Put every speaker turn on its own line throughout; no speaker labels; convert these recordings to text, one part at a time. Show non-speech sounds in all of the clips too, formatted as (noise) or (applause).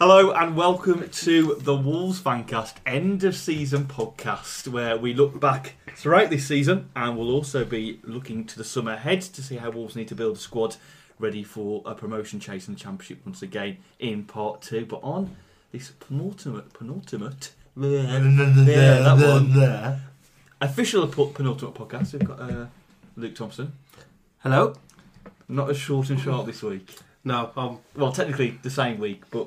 Hello and welcome to the Wolves Fancast end of season podcast, where we look back throughout this season and we'll also be looking to the summer ahead to see how Wolves need to build a squad ready for a promotion chase in the Championship once again in part two. But on this penultimate, penultimate, there, that one, official penultimate podcast, we've got uh, Luke Thompson.
Hello.
Not as short and sharp this week.
No, um,
Well, technically the same week, but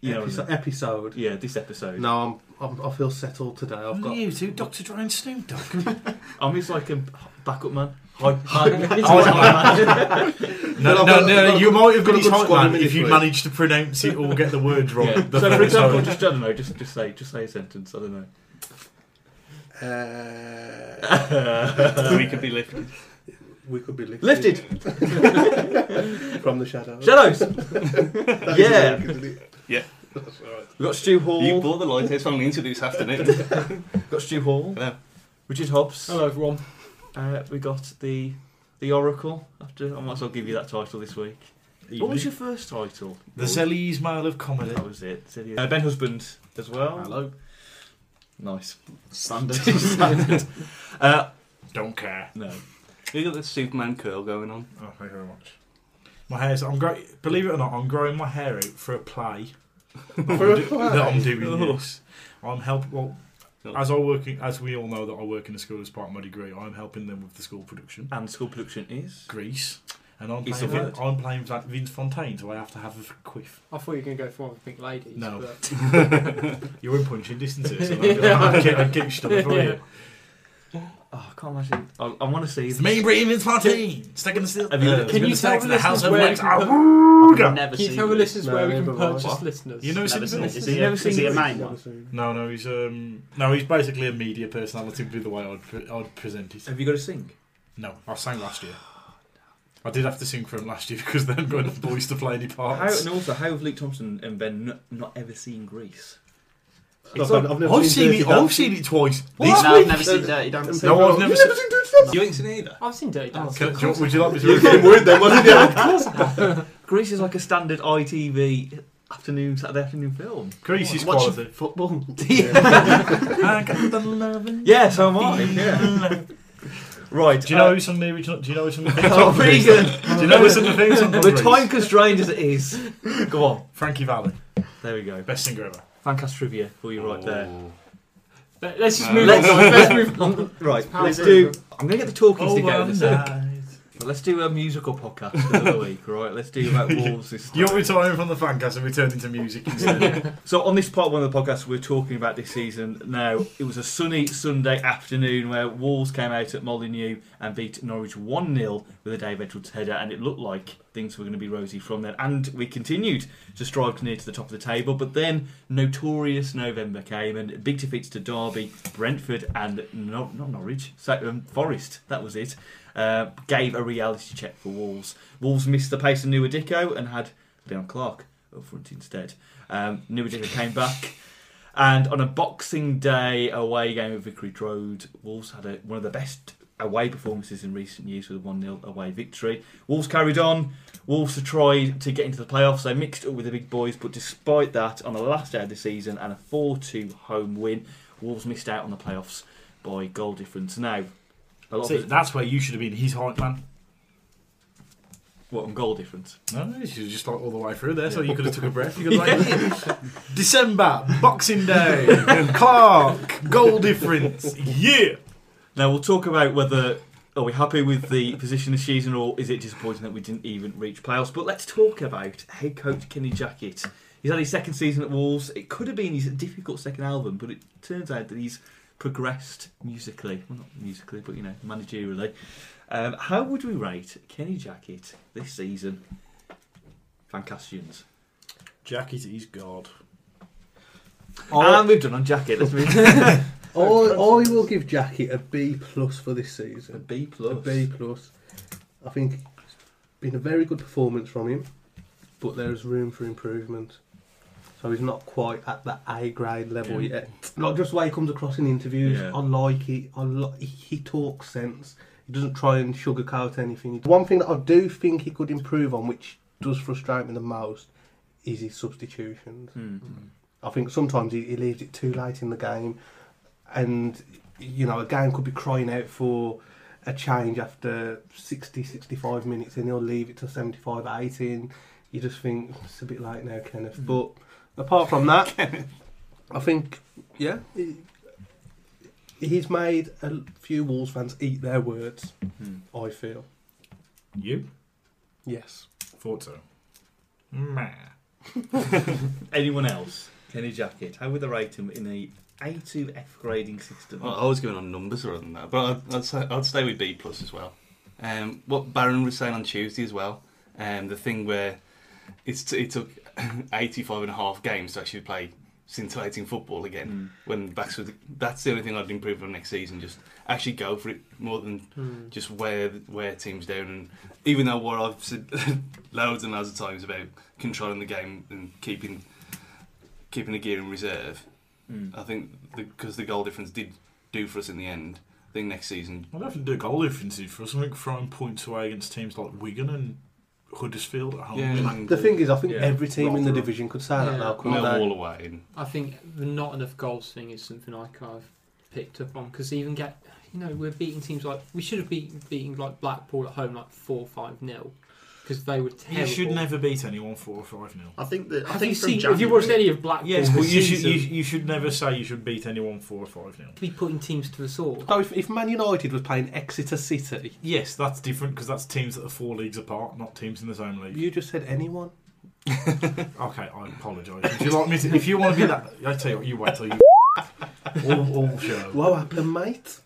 you know,
episo- episode.
yeah, this episode.
No, I'm, I'm. I feel settled today. I've got.
you two, Dr. Dry and Snoop Dogg.
I'm just like a backup man. (laughs) Hype man. It's always hype man.
(laughs)
(laughs)
No, no,
I've got- I've
no,
got
you
a-
might have
got
got
a good
it
squad
right man
in this
if you
week.
managed to pronounce it or get the (laughs) words wrong.
Yeah.
the
So, for
first
example,
time. (laughs)
just I don't know, just just say just say a sentence. I don't know.
Uh,
we could be lifted.
we could be lifted,
Lifted
from the shadows.
shadows. (laughs)
That is
yeah.
American, isn't it?
Yeah.
That's all right.
We've got Stu Hall.
You bought the Loyalties family into this
(laughs)
afternoon.
We've got Stu Hall.
Hello.
Richard Hobbs.
Hello, everyone.
Uh, we got the the Oracle. After I might as well give you that title this week. What was your first title?
The Zelly Ismail of comedy.
That was it. Silly- Uh, ben Husband as well.
Hello.
Nice. (laughs)
Standard.
Uh,
Don't care.
no.
You got the Superman curl going on.
Oh, thank you very much. My hair's. I'm grow Believe it or not, I'm growing my hair out for a (laughs) play.
For a
That
play?
I'm doing
Oh.
this. I'm helping. Well, as I work, in, as we all know, that I work in a school as part of my degree. I'm helping them with the school production,
And school production is.
Greece, and I'm
It's
playing.
a word.
Vin- I'm playing Vin- Vince Fontaine, so I have to have a (laughs) quiff.
I thought you were going to go for one with Pink Ladies.
No.
But
You're in punching (laughs) distances. So I'm getting get stuff for you.
Oh, I can't imagine. I, I want to see.
It's me, Brian Vince Fontaine. Stuck in the steel.
Have you-
Uh,
Can
you
stuck
tell
in
the
house
listeners
of
where
wax.
you can put-
Awooga.
Never
Can you
seen
tell the
it.
listeners
No,
where we can
never mind.
purchase
What?
listeners?
You know,
Never
since
seen it. Is
You've
he,
never
a, is
seen
he a
it?
main
Never
one?
seen
No, no, he's um, no, he's basically a media personality. Would be the way I'd pre- I'd present it.
Have you got to sing?
No, I sang last year. I did have to sing for him last year (laughs) because they hadn't got enough boys to play any
How,
parts.
and also, how have Luke Thompson and Ben n- not ever seen Greece?
it.
It's
I've, I've never
I've seen
Dirty
it. I've
Dancing.
seen it twice.
No,
This
I've
week.
never seen Dirty Dancing.
No, I've
You've
never
never
seen.
You ain't seen it either.
I've seen Dirty Dancing.
Can- do you- would you like me to? (laughs)
You were getting worried then, wasn't you?
Greece is like a standard ITV afternoon, Saturday afternoon film.
Greece is
Watch
quality.
Football.
(laughs)
I got the love and
Yeah, so am I. Yeah. Right.
Do you know
uh,
who's sung the original? Do you know who's sung (laughs) the theme
Oh,
song? for
pretty
Greece?
good.
Do you know who's sung (laughs) the theme song? for
We're
Greece?
time constrained as it is. Go on.
Frankie Valley,
There we go.
best singer ever.
Fancast trivia for you
Oh.
right there.
Let- Let's
Uh,
just
No.
move
Let's-
on.
(laughs)
Let's move on.
Right.
Power
Let's
move.
do. I'm gonna get the talkies together.
one
this week.
night.
Let's do a musical podcast for the week. Right. Let's do about Wolves this. time.
You're retiring from the fancast and returning to music instead. (laughs)
So on this part one of the podcast, we're talking about this season. Now it was a sunny Sunday afternoon where Wolves came out at Molineux and beat Norwich one 0 with a Dave Edwards header, and it looked like things were going to be rosy from then. And we continued to strive near to the top of the table, but then notorious November came and big defeats to Derby, Brentford, and no, not Norwich, so, um, Forest. That was it. Uh, gave a reality check for Wolves. Wolves missed the pace of Nwadiko and had Leon Clark up front instead. Um, Nwadiko came back, and on a Boxing Day away game at Vicarage Road, Wolves had a, one of the best away performances in recent years with a 1 0 away victory. Wolves carried on. Wolves have tried to get into the playoffs. They mixed up with the big boys, but despite that, on the last day of the season and a 4 2 home win, Wolves missed out on the playoffs by goal difference. Now, a lot
See,
of it,
that's where you should have been. He's hype man.
what on goal difference?
No, you should have just like all the way through there, so you could have took a breath. You could (laughs) have like December, Boxing Day, (laughs) Clark, goal difference. Yeah.
Now we'll talk about whether are we happy with the position this season or is it disappointing that we didn't even reach playoffs. But let's talk about head coach Kenny Jackett. He's had his second season at Wolves. It could have been his difficult second album, but it turns out that he's progressed musically. Well, not musically, but you know, managerially. Um, how would we rate Kenny Jackett this season? Fancastians.
Jacket is God.
and we've done on Jackett. Let's move to
I, I will give Jackie a B plus for this
a
season.
B plus.
A B plus. I think it's been a very good performance from him, but there is room for improvement. So he's not quite at that A grade level
Yeah.
yet. Not just the way he comes across in interviews.
Yeah.
I like it. I li- he, he talks sense. He doesn't try and sugarcoat anything. One thing that I do think he could improve on, which does frustrate me the most, is his substitutions.
Hmm.
Mm.
I think sometimes he, he leaves it too late in the game, and you know a game could be crying out for a change after 60, 65 minutes, and he'll leave it till 75, 80, and you just think it's a bit late now, Kenneth.
Mm.
But apart
(laughs)
from that, I think yeah, he- he's made a few Wolves fans eat their words.
Hmm.
I feel
You
yes.
thought so? Meh.
Anyone else? Kenny Jacket. How would they rate him in the A2 F grading system?
Well, I was going on numbers rather than that, but I'd, I'd, say, I'd stay with B plus as well. Um, what Baron was saying on Tuesday as well, um, the thing where it's t- it took (laughs) 85 and a half games to actually play scintillating football again.
Hmm.
When that's what- that's the only thing I'd improve on next season. Just actually go for it more than just wear wear teams down. And even though what I've said (laughs) loads and loads of times about controlling the game and keeping keeping the gear in reserve,
Hmm.
I think because the, goal difference did do for us in the end. I think next season,
I'll definitely do goal differences for us. I think throwing points away against teams like Wigan and Huddersfield at
Oh,
home.
yeah, and
The thing is, I think
Yeah.
every team in the
Rotherham.
division could say that
Yeah.
now, couldn't they?
Millwall away. And,
I think the not enough goals thing is something I kind of picked up on because even get you know we're beating teams like we should have beaten beating like Blackpool at home like four five nil because they were terrible.
You should never beat anyone four or five nil.
I think that I
Have
think
you
from
seen? Have
January,
you watched any of Blackpool?
Yes, but
this
you should
season?
you, you should never say you should beat anyone four or five nil.
To be putting teams to the sword. (laughs)
No, if, if Man United was playing Exeter City,
Yes, that's different because that's teams that are four leagues apart, not teams in the same league.
you just said anyone.
Okay, I apologise. If you like me to, if you want to be that, I tell you what, you wait till you (laughs) all, all show.
What happened, mate?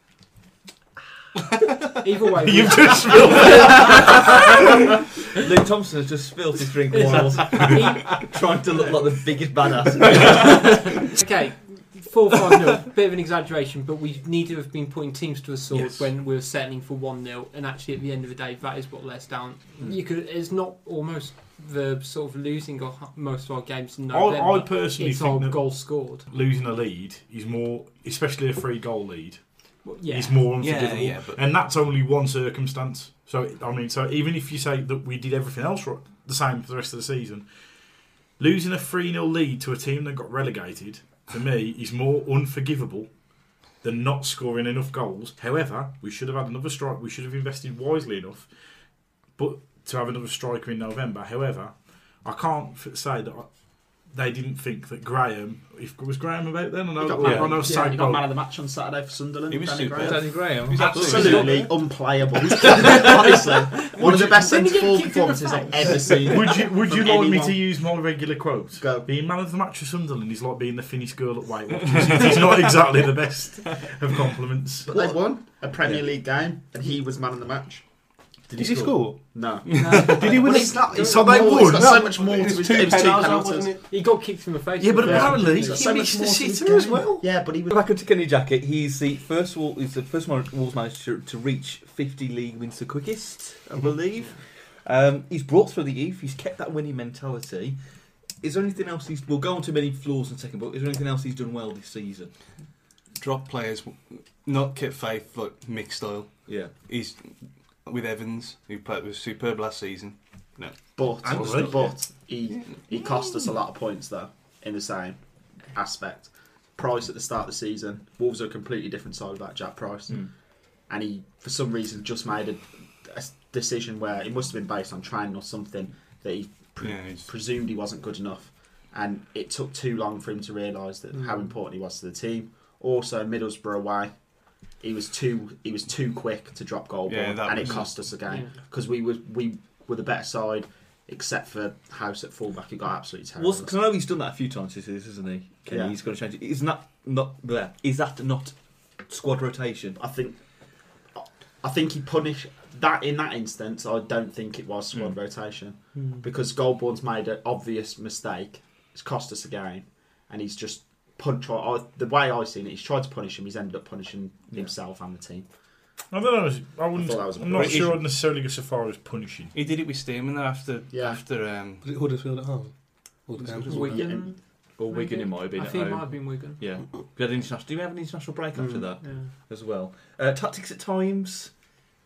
Either way, we-
You've just
(laughs) Luke Thompson has just spilled his drink
(laughs)
while
(laughs)
trying to look like the biggest
(laughs)
badass.
okay, four five nil. Bit of an exaggeration, but we need to have been putting teams to the sword
Yes.
when we were settling for one 0 And actually, at the end of the day, that is what let us down. You could. It's not almost the sort of losing of most of our games in November.
I, I personally
it's our
think that
goal scored.
losing a lead is more, especially a free goal lead,
Well, yeah.
is more
Yeah,
unforgivable.
yeah, but-
And that's only one circumstance. So I mean, so even if you say that we did everything else ro- the same for the rest of the season, losing a three 0 lead to a team that got relegated for me is more unforgivable than not scoring enough goals. However, we should have had another strike. We should have invested wisely enough, but to have another striker in November. However, I can't f- say that. I, they didn't think that Graham. If was Graham about then, I know.
You got
I,
Man-
I know.
yeah,
Sam
you got
Bolt-
man of the match on Saturday for Sunderland.
He was
Danny
superb.
Graham.
Danny
Graham.
He's
Absolutely
(laughs)
unplayable. Honestly, one of the best
When you get
centre
kicked in
forward
the
performances I've
face.
ever seen.
Would you Would you
From
like me
anyone.
to use my regular quote?
Go.
Being man of the match for Sunderland is like being the Finnish girl at Weight Watchers. It's not exactly the best of compliments.
But they won a Premier League game, and he was man of the match.
Did, he score?
No,
(laughs) Did he win?
well,
a-
it's not. It's
So they
more,
won.
It's got so much more to his game. Two penalties.
it?
He got kicked in the face.
Yeah, but
Yeah.
apparently
He's got so
he missed
much
the
more to his
sitter as
game.
well.
Yeah, but he was.
Back onto Kenny Jacket. He's the first wall. He's the first Wol- Wolves manager to, to reach 50 league wins the quickest, I
Mm-hmm.
believe. Um, he's brought through the youth. He's kept that winning mentality. Is there anything else he's? We'll go on to many flaws in a second, but is there anything else he's done well this season?
drop players, not kept faith like Mick style.
Yeah,
He's with Evans, who played was superb last season.
But
And was it?
but he he cost us a lot of points though in the same aspect. Price at the start of the season, Wolves are a completely different side without Jack Price,
Hmm.
and he for some reason just made a, a s- decision where it must have been based on training or something that he pre-
Yeah, he's-
presumed he wasn't good enough, and it took too long for him to realise that
Hmm.
how important he was to the team. Also, Middlesbrough away. He was too he was too quick to drop goal
Yeah,
ball,
that
and it
was-
cost us a game
Yeah.
because we were we were the better side, except for House at fullback who got absolutely terrible.
because I know he's done that a few times this season, isn't he? Kenny,
Yeah.
he's got to change it. Isn't that not there? Is that not squad rotation?
I think I think he punished that in that instance. I don't think it was squad
Hmm.
rotation because Goldborn's made an obvious mistake. It's cost us a game, and he's just pun try. I, the way I seen it, he's tried to punish him. He's ended up punishing himself and the team.
I don't know. I wouldn't.
I thought that was a
I'm not
British-
sure I'd necessarily go so far as punishing.
He did it with Stearman though after
Yeah.
after um,
Was it Huddersfield at home? Or the
Huddersfield.
Gamblers?
Wigan.
Yeah.
Or
Maybe.
Wigan, it might have been
I
at
think it
home.
might have been Wigan.
Yeah, Mm. we had an international. Do we have an international break after
Mm.
that
Yeah.
as well? Uh, tactics at times.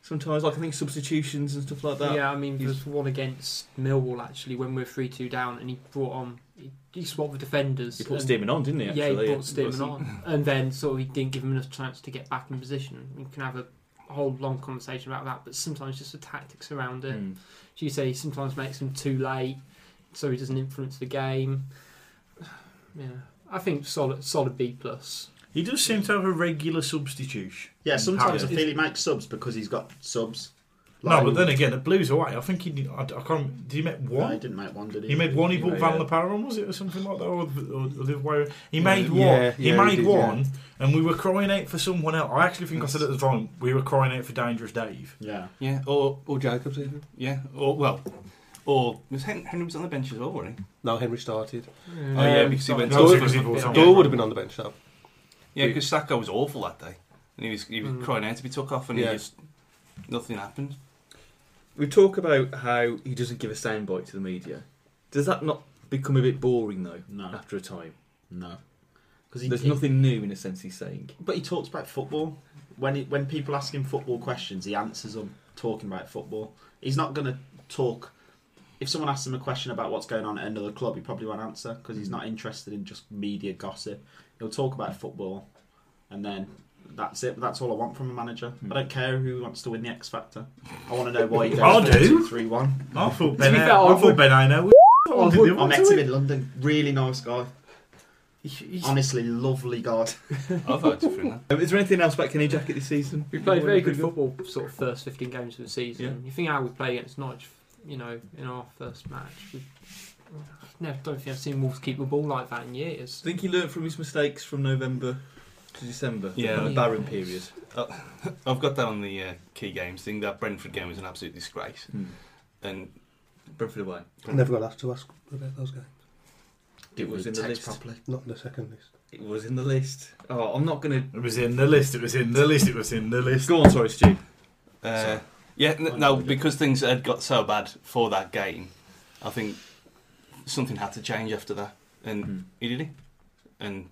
sometimes. Like I think substitutions and stuff like that.
yeah, I mean, there
he's-
was one against Millwall actually when we were three two down, and he brought on he, he swapped the defenders.
He put
and-
Steeman on, didn't he?
yeah,
Actually,
he brought Stearman on, and then sort of he didn't give him enough chance to get back in position. We can have a whole long conversation about that, but sometimes just the tactics around it.
Mm.
She say he sometimes makes him too late, so he doesn't influence the game. (sighs) Yeah, I think solid, solid B plus.
He does seem to have a regular substitution.
Yeah, sometimes I
Harry.
feel he makes subs because he's got subs.
no, but then again, the Blues away. I think he. did- I, I can't. Did he make
No, he
one?
didn't make one, did he?
He made one. He bought
Yeah,
Van
yeah.
La Parron, was it, or something like that, or, the- or the other way. He made one.
yeah,
he
yeah,
made
he did,
one, and we were crying out for someone else. I actually think I said at the time we were crying out for Dangerous Dave.
Yeah.
Yeah, or
Or Jacobs even.
yeah, or well, or was Hen- Henry was on the bench as well, wasn't he?
No, Henry started.
Oh, yeah, because he went-
No,
sorry.
because
he bought
Yeah.
someone.
Doyle would have been on the bench though.
Yeah,
We-
because Sacco was awful that day, and he was he was
Mm.
crying out to be took off, and
Yeah.
he just nothing (laughs) happened.
We talk about how he doesn't give a soundbite to the media. Does that not become a bit boring though?
No.
After a time,
No. Because he,
there's
he-
nothing new in a sense he's saying.
But he talks about football. When he, when people ask him football questions, he answers them talking about football. He's not going to talk. If someone asks him a question about what's going on at another club, he probably won't answer because he's not interested in just media gossip. He'll talk about football, and then that's it. That's all I want from a manager. I don't care who wants to win the X Factor. I want to know why he goes
I do.
4-2-3-1.
I thought
To
Ben.
be
I
fair, I
thought
would-
Ben. I know.
I met him in London. Really nice guy. Honestly, lovely guy.
I voted for him. then.
Um, is there anything else about Kenny Jackett this season?
We played very good football, sort of first 15 games of the season. You think how we played against Norwich, you know, in our first match. We, I never, don't think I've seen Wolves keep the ball like that in
I
years.
think he learnt from his mistakes from November to December.
Yeah.
the barren period.
I've got that on the uh, key games thing. That Brentford game was an absolute disgrace,
Hmm.
and
Brentford away.
I never got asked to ask about those games.
It was in the list.
properly.
Not in the second list.
It was in the list. Oh, I'm not going
It was in the list. It was in the list. It was in the
to
list.
go on. Sorry, Stu.
Uh, yeah, n-
Oh, no,
no,
we didn't.
because things had got so bad for that game, I think something had to change after that,
Hmm.
and
Hmm.
he did it. And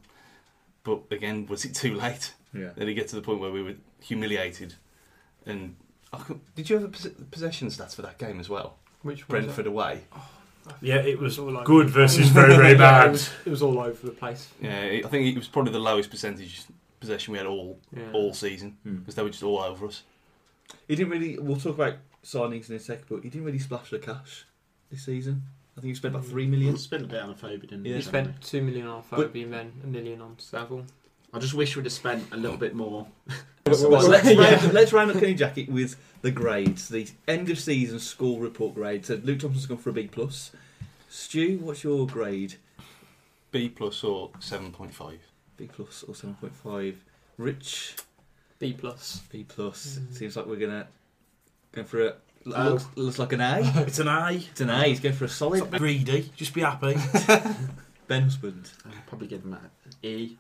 but again, was it too late?
Yeah.
Did it get to the point where we were humiliated? And I could- did you have the pos- possession stats for that game as well?
Which one was
Brentford away.
that?
Yeah, it was
all over-
good (laughs) versus very, very
Yeah,
bad.
it, was, it was all over the place.
Yeah, it- I think it was probably the lowest percentage possession we had all
Yeah.
all season
Hmm.
because they were just all over us.
He didn't really. We'll talk about signings in a second, but he didn't really splash the cash this season. I think he spent about three million.
He spent a bit on a phobia, didn't
Yeah.
He
he?
spent two million on
But-
Phobie and then a million on Savile.
I just wish we'd have spent a little bit more.
Well,
Well,
let's,
yeah.
round, let's round up Kenny Jacket with the grades, the end of season school report grades. So Luke Thompson's gone for a B plus. Stu, what's your grade?
B plus or seven point five.
B plus or seven point five? Rich
B plus.
B plus.
Mm.
Seems like we're gonna go for a
Oh.
looks, looks like an A.
It's an I.
It's an A. He's going for a solid.
Stop being greedy. Just be
(laughs)
happy.
Ben Husband.
I'd probably give him a E.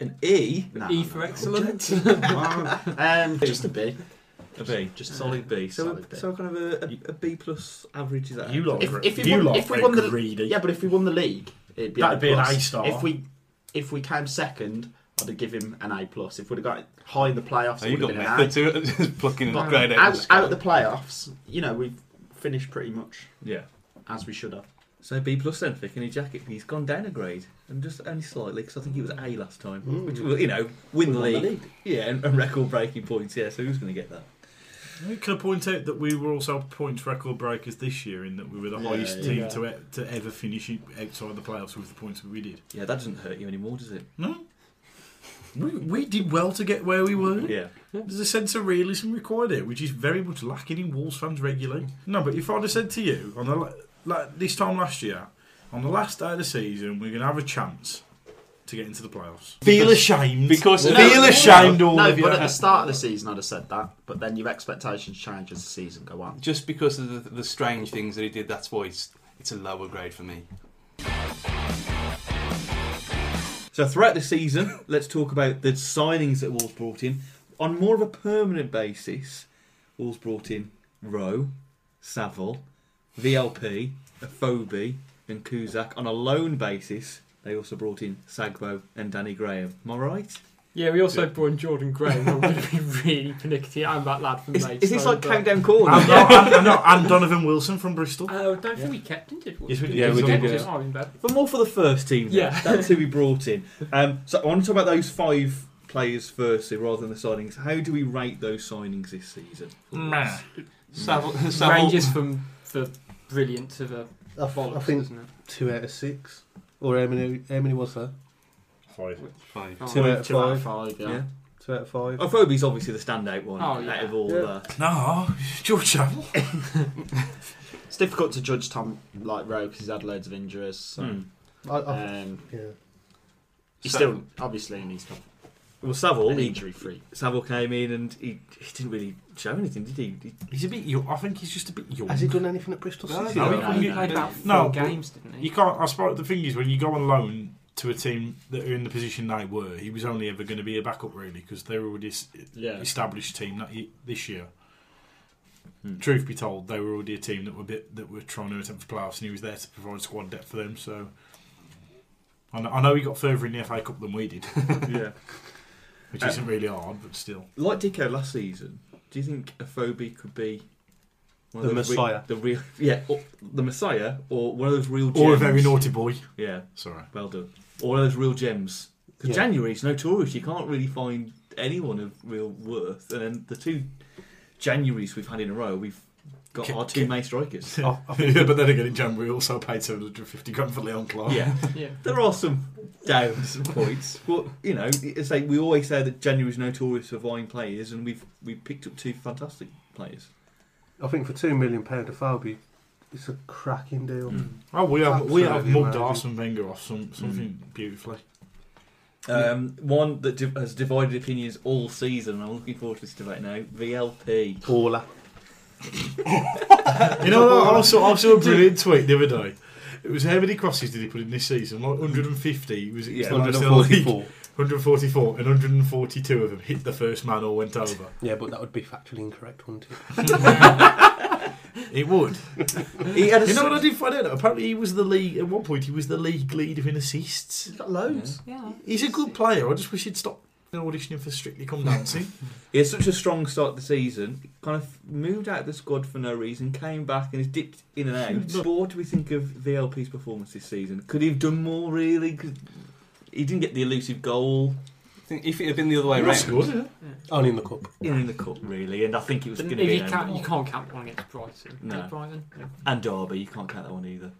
An E.
Nah,
e
nah,
for
nah.
excellent.
Wow. um, just a B.
A B.
Just
Just
a
solid B. So,
solid B.
so kind of a, a, a B plus average is that?
You lot.
If-
are-
if we
you
won-
lot
if we
are
won the-
greedy.
Yeah, but if we won the league, it'd be
That'd
a
be an
plus.
A star.
If we if we came second, I'd have give him an A plus. If we'd have got it high in the playoffs,
So
it
you
would have
got
been
method
an
to it, (laughs) just plucking
Fine.
and grade
A.
out.
Out, out of the playoffs, you know, we've finished pretty much
Yeah.
as we should have.
So B plus then for Kenny Jacket. He's gone down a grade and just only slightly because I think he was A last time,
Mm.
which was you know win the
We won
league. Yeah, and, and record breaking points. Yeah. So who's going to get that?
Can I point out that we were also points record breakers this year in that we were the
Yeah,
highest team
yeah.
to e- to ever finish it outside the playoffs with the points that we did.
Yeah, that doesn't hurt you anymore, does it?
No, we we did well to get where we were.
Yeah.
There's a sense of realism required here, which is very much lacking in Wolves fans regularly. No, but if I'd have said to you on the la- like this time last year, on the last day of the season, we're going to have a chance to get into the playoffs. Feel ashamed
Because-
feel
No,
ashamed, all
No,
of
but
you.
at the start of the season, I'd have said that. But then your expectations change as the season go on.
Just because of the, the strange things that he did, that's why it's, it's a lower grade for me.
So throughout the season, let's talk about the signings that Wolves brought in. On more of a permanent basis, Wolves brought in Rowe, Saville, VLP, Afobi, and Kuzak. On a loan basis, they also brought in Sagbo and Danny Graham. Am I right?
(laughs) Yeah, we also
Yeah.
brought in Jordan Graham. I'm going to be really pernickety. I'm that lad from
Is,
Maidstone.
is this like
but-
Countdown Corner?
I'm, not, I'm, I'm not. I'm Donovan Wilson from Bristol.
Uh, I don't think we kept him, did we?
Yes, we did.
Yeah, we did,
kept
yeah.
him. Oh, in bed.
But more for the first team. Then.
Yeah.
that's who we brought in. Um, so I want to talk about those five players firstly, rather than the signings. How do we rate those signings this season?
Meh.
Savile,
Mm.
Savile,
Ranges from the brilliant to the
I, f- I
bollocks,
think
doesn't it?
two out of six, or how many? How many was there?
Five.
Fine.
Oh,
Two out of
Two out of
five.
five, yeah.
Yeah.
Two out of five.
Ophobe's obviously the standout one
Oh, yeah.
out of all.
Yeah.
Uh,
No, George Savile.
It's difficult to judge Tom like Rowe because he's had loads of injuries. So,
hmm.
I, I,
um,
yeah.
he's
So-
still obviously needs to
Well, Savile, he,
injury free.
Savile came in and he, he didn't really show anything, did he? He-
He's a bit. Young. I think he's just a bit young.
Has he done anything at Bristol
No,
City?
no,
though?
he-
he
no,
played
no.
about four
No,
games, didn't he?
You can't. I suppose the thing is when you go on loan to a team that are in the position they were, he was only ever going to be a backup really because they were already s- (laughs)
Yeah.
established team that ye- this year.
Hmm.
Truth be told, they were already a team that were bit that were trying to attempt for playoffs, and he was there to provide squad depth for them. So, I know, I know he got further in the FA Cup than we did,
(laughs) yeah.
which isn't really hard, but still.
Like Dico last season, do you think Ophobe could be one
The
those re-
Messiah.
the real, (laughs) yeah, or the Messiah, or one of those real gems?
Or a very naughty boy.
Yeah,
Sorry.
well done. Or one of those real gems. Because
Yeah.
January's notorious. You can't really find anyone of real worth. And then the two Januaries we've had in a row, we've got
K-
our two
K-
main
(laughs)
strikers.
(laughs) Oh, I think-
yeah, but then again, in January, we also paid 750 grand for Leon Clark.
yeah.
Yeah.
There are some downs and points, but you know, it's like we always say that January's notorious for buying players, and we've we picked up two fantastic players.
I think for two million pound of Falby, it's a cracking deal.
Oh, we have we have
Absolutely
mugged
amazing.
Arsene Wenger off some something beautifully.
Um, one that div- has divided opinions all season, and I'm looking forward to this debate now. VLP.
Baller.
You know, what? I saw I saw a brilliant tweet the other day. It was how many crosses did he put in this season? Like 150. Was it
Yeah,
was the most in the league. 144 and 142 of them hit the first man or went over.
Yeah, but that would be factually incorrect, wouldn't it?
It would.
He had a
You know what
s-
I did find out? Apparently, he was the league at one point. He was the league leader in assists.
He's got loads.
Yeah.
He's a good player. I just wish he'd stop auditioning for Strictly Come Dancing.
he had such a strong start to the season. Kind of moved out of the squad for no reason, came back and has dipped in and out.
(laughs)
Look-
what do we think of VLP's performance this season? Could he have done more? Really? 'Cause He didn't get the elusive goal.
I think If it had been the other way
That's
around,
good. isn't it?
Only in the cup.
in, in the cup really, and I think it was
But
going
if
to be
you,
an
count,
own
you can't count one against Brighton.
No.
Did Brighton?
goal. and Derby. You can't count that one either.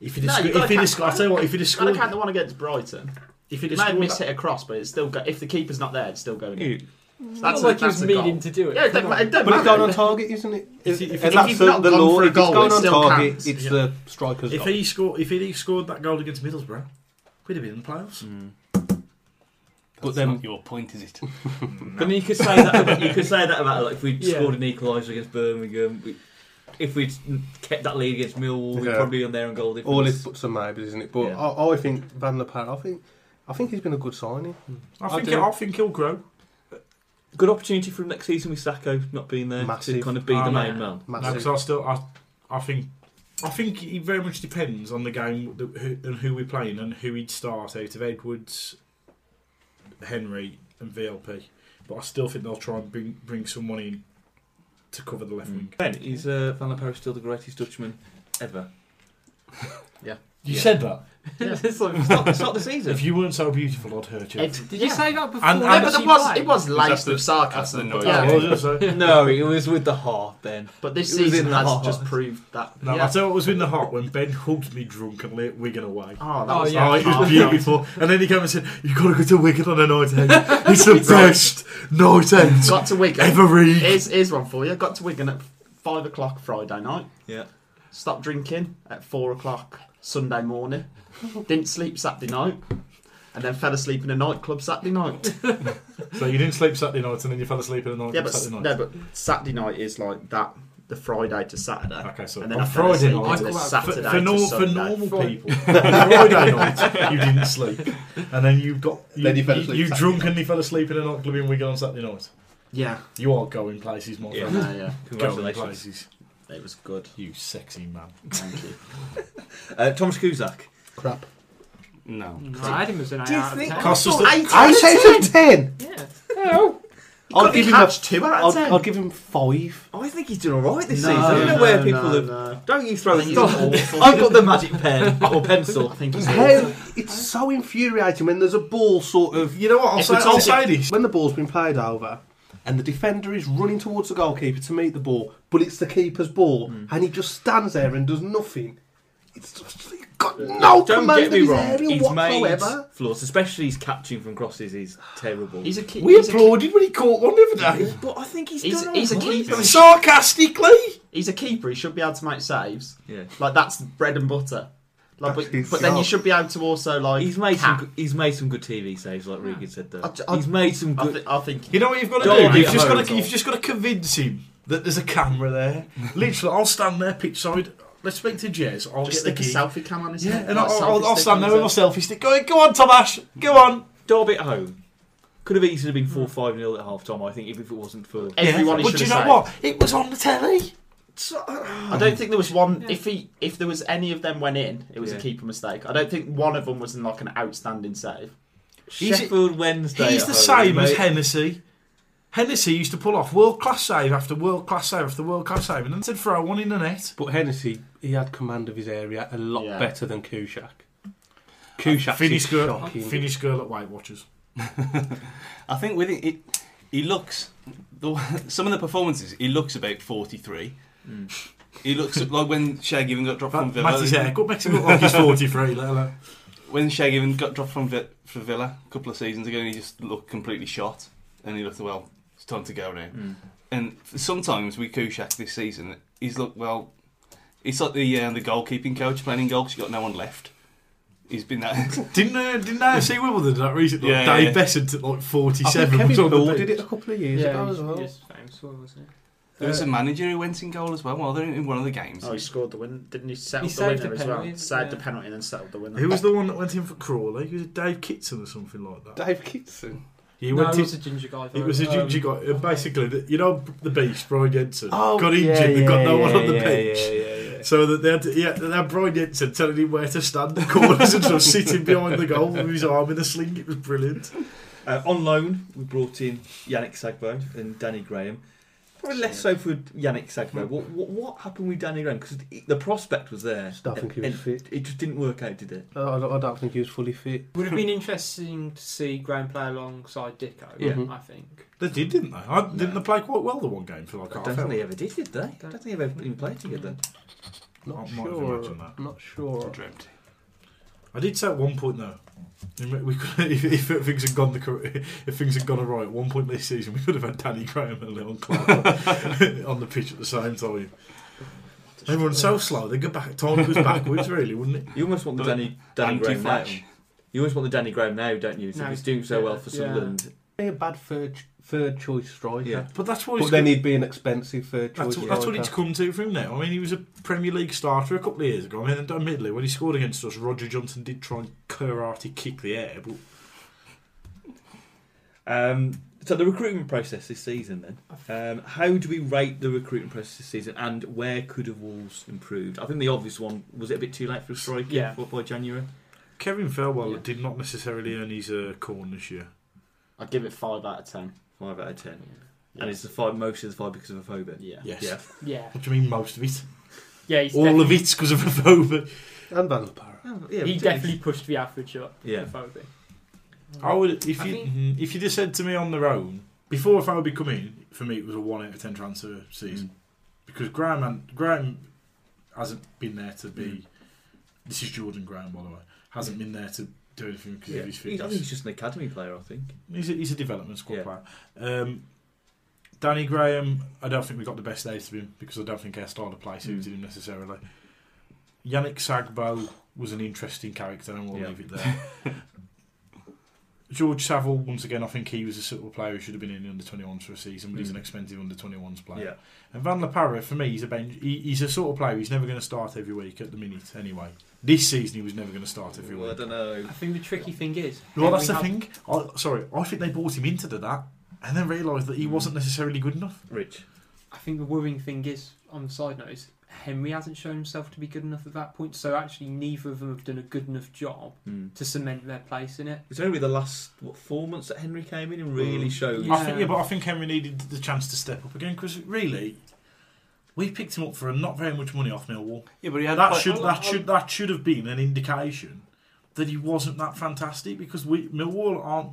If he'd
No,
have sco-
you've gotta
if he'd have
count-
sco- I'll tell you what, if he'd have
Got to
scored,
count the one against Brighton.
if
He
he'd have
may have
scored,
missed it across, but it's still go- if the keeper's not there, it's still going in.
It's
That's
not
a-
like he
that's
was
a
meaning
goal.
to do it.
Yeah, it
Come
don't, ma-
on.
uh,
it don't
But it's going on
matter.
target, isn't it?
If he- if
And
he-
that's
if he's
the,
not
the
gone
law.
for a
If it's
goal,
going
it
on
still
target,
counts.
it's
Yeah.
the striker's
if
goal.
he scored, if he'd have scored that goal against Middlesbrough, we'd have been in the playoffs.
but
then-
then not your point is it?
But you could say that. About, you could say that about like if we'd
Yeah.
scored an equaliser against Birmingham, we, if we'd kept that lead against Millwall, we'd
Yeah.
probably be on there and goal difference.
All his buts and maybes, isn't it? But
Yeah.
I, I think Van der Par, I think, I think he's been a good signing.
I
I
think
do.
I think he'll grow.
Good opportunity for him next season with Sacco not being there to
Massive.
kind of be
Oh,
the
yeah.
main man.
No,
Massive.
because I still, I, I think, I think it very much depends on the game that, who, and who we're playing and who he'd start out of Edwards, Henry, and VLP. But I still think they'll try and bring bring someone in to cover the left wing.
Ben, is uh, Van der Parra still the greatest Dutchman ever?
You
Yeah.
said that.
It's like-
(laughs) It's not, it's not the season.
If you weren't so beautiful, I'd hurt you.
Ed-
Did you
Yeah.
say that before?
And-
No,
and-
but
Messi
it was
played?
it was
That's
laced
the-
with
that's the
sarcasm.
noise.
Yeah.
Yeah, I was
(laughs)
gonna say.
no, it was with the heart then.
But this
It was
season
in the
has
heart.
just proved that.
No,
yeah.
I tell you what was in the heart when Ben hugged me drunk and lit Wigan away.
Oh, that
Oh,
was
yeah.
Oh, (laughs) it
Oh,
was beautiful. And then he came and said, You've got to go to Wigan on a night out. It's the best night out
Got to Wigan.
ever. Reed."
Here's, here's one for you. Got to Wigan at five o'clock Friday night.
Yeah.
Stopped drinking at four o'clock Sunday morning. Didn't sleep Saturday night, and then fell asleep in a nightclub Saturday night.
So you didn't sleep Saturday night and then you fell asleep in the night
yeah, but
Saturday night.
no, but Saturday night is like that. The Friday to Saturday.
Okay, so
and then
on
I fell
Friday
asleep
night,
till
I-
for,
Saturday
for,
to
nor- for
Sunday.
normal
Fri-
people, Friday night you didn't sleep, and then you got you,
Then you fell
you,
asleep
you
Saturday
drunkenly fell asleep in a nightclub in Wigan on Saturday night.
Yeah.
You are going places, my
Yeah.
friend.
No, yeah.
Going
Congratulations.
places,
It was good.
you sexy man.
Thank you.
Uh, Thomas Kuzak.
Crap.
No.
No, I had him as an eight
Do you
out of
think-
ten.
Cost us the-
Eight out
Eight
of
out of ten.
Yeah.
He
I'll give
could be
him a-
hatched two out
I'll,
of ten.
I'll give him five.
I think he's doing all right this
No,
season. I don't know
no,
where people
no,
have.
no.
Don't you throw
I think
these
he's
balls. I've got the magic pen or pencil.
I think he's
How, it's so infuriating when there's a ball sort of
You know what? I'll
If
say,
it's
I'll
all-
say this.
when the ball's been played over and the defender is running towards the goalkeeper to meet the ball, but it's the keeper's ball and he just stands there and does nothing. It's just he's got no
Don't
command
get
of
me
his
wrong.
area
He's
whatsoever.
made flaws, especially his catching from crosses. He's terrible.
He's a kid.
We
he's a kid.
applauded when he caught one the other day.
but I think he's,
He's-
done
he's a
all right.
keeper.
Sarcastically.
He's a keeper. He should be able to make saves.
Yeah.
Like that's bread and butter. Like,
That's
but,
his
but then you
job.
should be able to also like.
He's made
cap.
some. Good, he's made some good TV saves, like Regan said. Though
I ju- I-
he's made some
I,
good.
thi- I think.
You know what you've got to
Don't
do?
be
You've just got
horrible.
to, you've just got to convince him that there's a camera
(laughs)
there. Literally, I'll stand there pitch side. Let's speak to Jez. I'll
Just
get
stick
the
a
key.
selfie cam on his
Yeah,
head.
and
like,
I'll,
selfie
I'll, I'll
stick
stand
on
there with my
his
selfie stick going, go on, Tomash, go on.
Derby at home could have easily
Hmm.
been four five 0 at half time. I think if if it wasn't for
head.
yeah.
Everyone he
But
should
do you
have
know
saved.
what? It was on the telly.
I don't think there was one.
Yeah.
If he, if there was any of them went in, it was
Yeah.
a keeper mistake. I don't think one of them was in like an outstanding save.
He's-
Sheffield Wednesday.
He's
at home,
the same as
mate.
Hennessy. Hennessy used to pull off world class save after world class save after world class save, and then said throw one in the net.
But Hennessy, he had command of his area a lot
Yeah.
better than Kushak. Kushak
Finnish
is
girl,
shocking.
Finnish girl at Weight Watchers.
I think with it, it he looks. The, (laughs) some of the performances, he looks about 43.
Hmm.
He (laughs) looks like when Shag even got dropped from
That,
Villa.
Matty's haircut makes him look like oh, he's 43. Let alone.
When Shag even got dropped from Vi- for Villa a couple of seasons ago, and he just looked completely shot. And he looked, well, it's time to go now.
Mm.
And sometimes with Kushak this season, he's looked well. It's like the uh, the goalkeeping coach playing in goal. She's got no one left. He's been that. (laughs)
Didn't uh, didn't I see Wimbledon do that recently? Like,
Yeah, yeah,
Dave Bessant at like
I think
47.
Kevin
was on the
Poole
pitch.
did it a couple of years
Yeah,
ago as
he's,
well.
he's famous for it, wasn't
There
Uh,
was a manager who went in goal as well. Well, they in one of the games.
Oh, he scored the win. Didn't he settle
He
the
saved
winner
the
as well?
penalty,
Saved the
yeah.
penalty and then settled the winner.
Who was the one that went in for Crawley? Was it Dave Kitson or something like that?
Dave Kitson.
He
He no,
went
it
in.
was a ginger guy.
It was a
um,
ginger guy. uh, Basically, the, you know the beast, Brian Jensen,
Oh,
got
yeah,
injured. they've got
yeah,
no one
yeah,
on the
yeah,
pitch.
yeah, yeah, yeah.
So that they had, to, yeah, they had Brian Jensen telling him where to stand, the corners, and sort of sitting behind the goal with his arm in a sling. It was brilliant.
Uh, on loan, we brought in Yannick Sagbo and Danny Graham. Probably less so for Yannick Sagbo. What, what, what happened with Danny Graham? Because the prospect was there.
Just don't think he was
and
fit.
It just didn't work out, did it?
I don't, I don't think he was fully fit.
Would
(laughs)
have been interesting to see Graham play alongside Dicko.
Yeah. Mm-hmm.
I think.
They did, didn't they? I, Didn't they play quite well the one game for like
I
half
don't think
hour?
they ever did, did they? I don't think they ever even played together.
I
Not
might have
sure.
imagined that.
Not sure.
Dreamt.
I did say at one point though, we could, (laughs) if, if things had gone the cor- if things had gone awry at one point this season, we could have had Danny Graham and Leon Clark
(laughs)
on, on the pitch at the same time. They run so slow. They go back. Time goes backwards, really, wouldn't it?
You almost want the
The
Danny, Danny Graham now.
Anti-flash.
You always want the Danny Graham now, don't you? So
No.
he's doing so well for
Yeah.
Sunderland.
Be a bad third third choice striker.
Yeah.
But that's what.
But
he's
then
come-
he'd be an expensive third choice
that's, what, that's what it's
striker.
come to for him now. I mean, he was a Premier League starter a couple of years ago. I mean, admittedly, when he scored against us, Roger Johnson did try and karate kick the air, but
Um, so the recruitment process this season, then. Um, how do we rate the recruitment process this season, and where could have Wolves improved? I think the obvious one was it a bit too late for a strike.
Yeah.
What by January?
Kevin Fairwell
Yeah.
did not necessarily earn his uh, corn this year.
I'd give it five out of ten.
Five out of ten.
Yeah.
And it's the five most of the five because of a phobia.
yeah.
Yes.
Yeah.
Yeah.
What do you mean, most of it?
Yeah. He's
All of it's because of a phobia.
And Van La Parra.
Oh, yeah,
He
but
definitely pushed the average up.
Yeah.
the phobia.
I would if
I
you
think-
mhm, if you just said to me on their own before if I would be coming for me it was a one out of ten transfer season because Graham and, Graham hasn't been there to be this is Jordan Graham by the way hasn't been there to do anything because
Yeah.
of his
He's- I think he's
fitness.
just an academy player. I think.
He's a, he's a development squad
Yeah.
player. Um, Danny Graham, I don't think we got the best out of him because I don't think our style of play suited
Mm.
him necessarily. Yannick Sagbo was an interesting character, and we'll
Yeah.
leave it there. George Savile, once again, I think he was a sort of player who should have been in the under 21s for a season, but he's an expensive under 21s player.
Mm. Yeah.
And Van La Parra, for me, he's a bench, he, he's a sort of player he's never going to start every week at the minute, anyway. This season, he was never going to start every
Well, I
week.
don't know.
I think the tricky thing is.
Well,
how
that's the
we have-
thing.
Oh.
I, sorry, I think they bought him into the, that and
Hmm.
then realised that he wasn't necessarily good enough.
Rich.
I think the worrying thing is on the side note is Henry hasn't shown himself to be good enough at that point. So actually, neither of them have done a good enough job
Hmm.
to cement their place in it.
It's only the last what four months that Henry came in and really
Mm.
showed.
Yeah.
I think, yeah, but I think Henry needed the chance to step up again because really, we picked him up for not very much money off Millwall.
Yeah, but he had
that
quite-
should
well,
that should that should have been an indication that he wasn't that fantastic because we Millwall aren't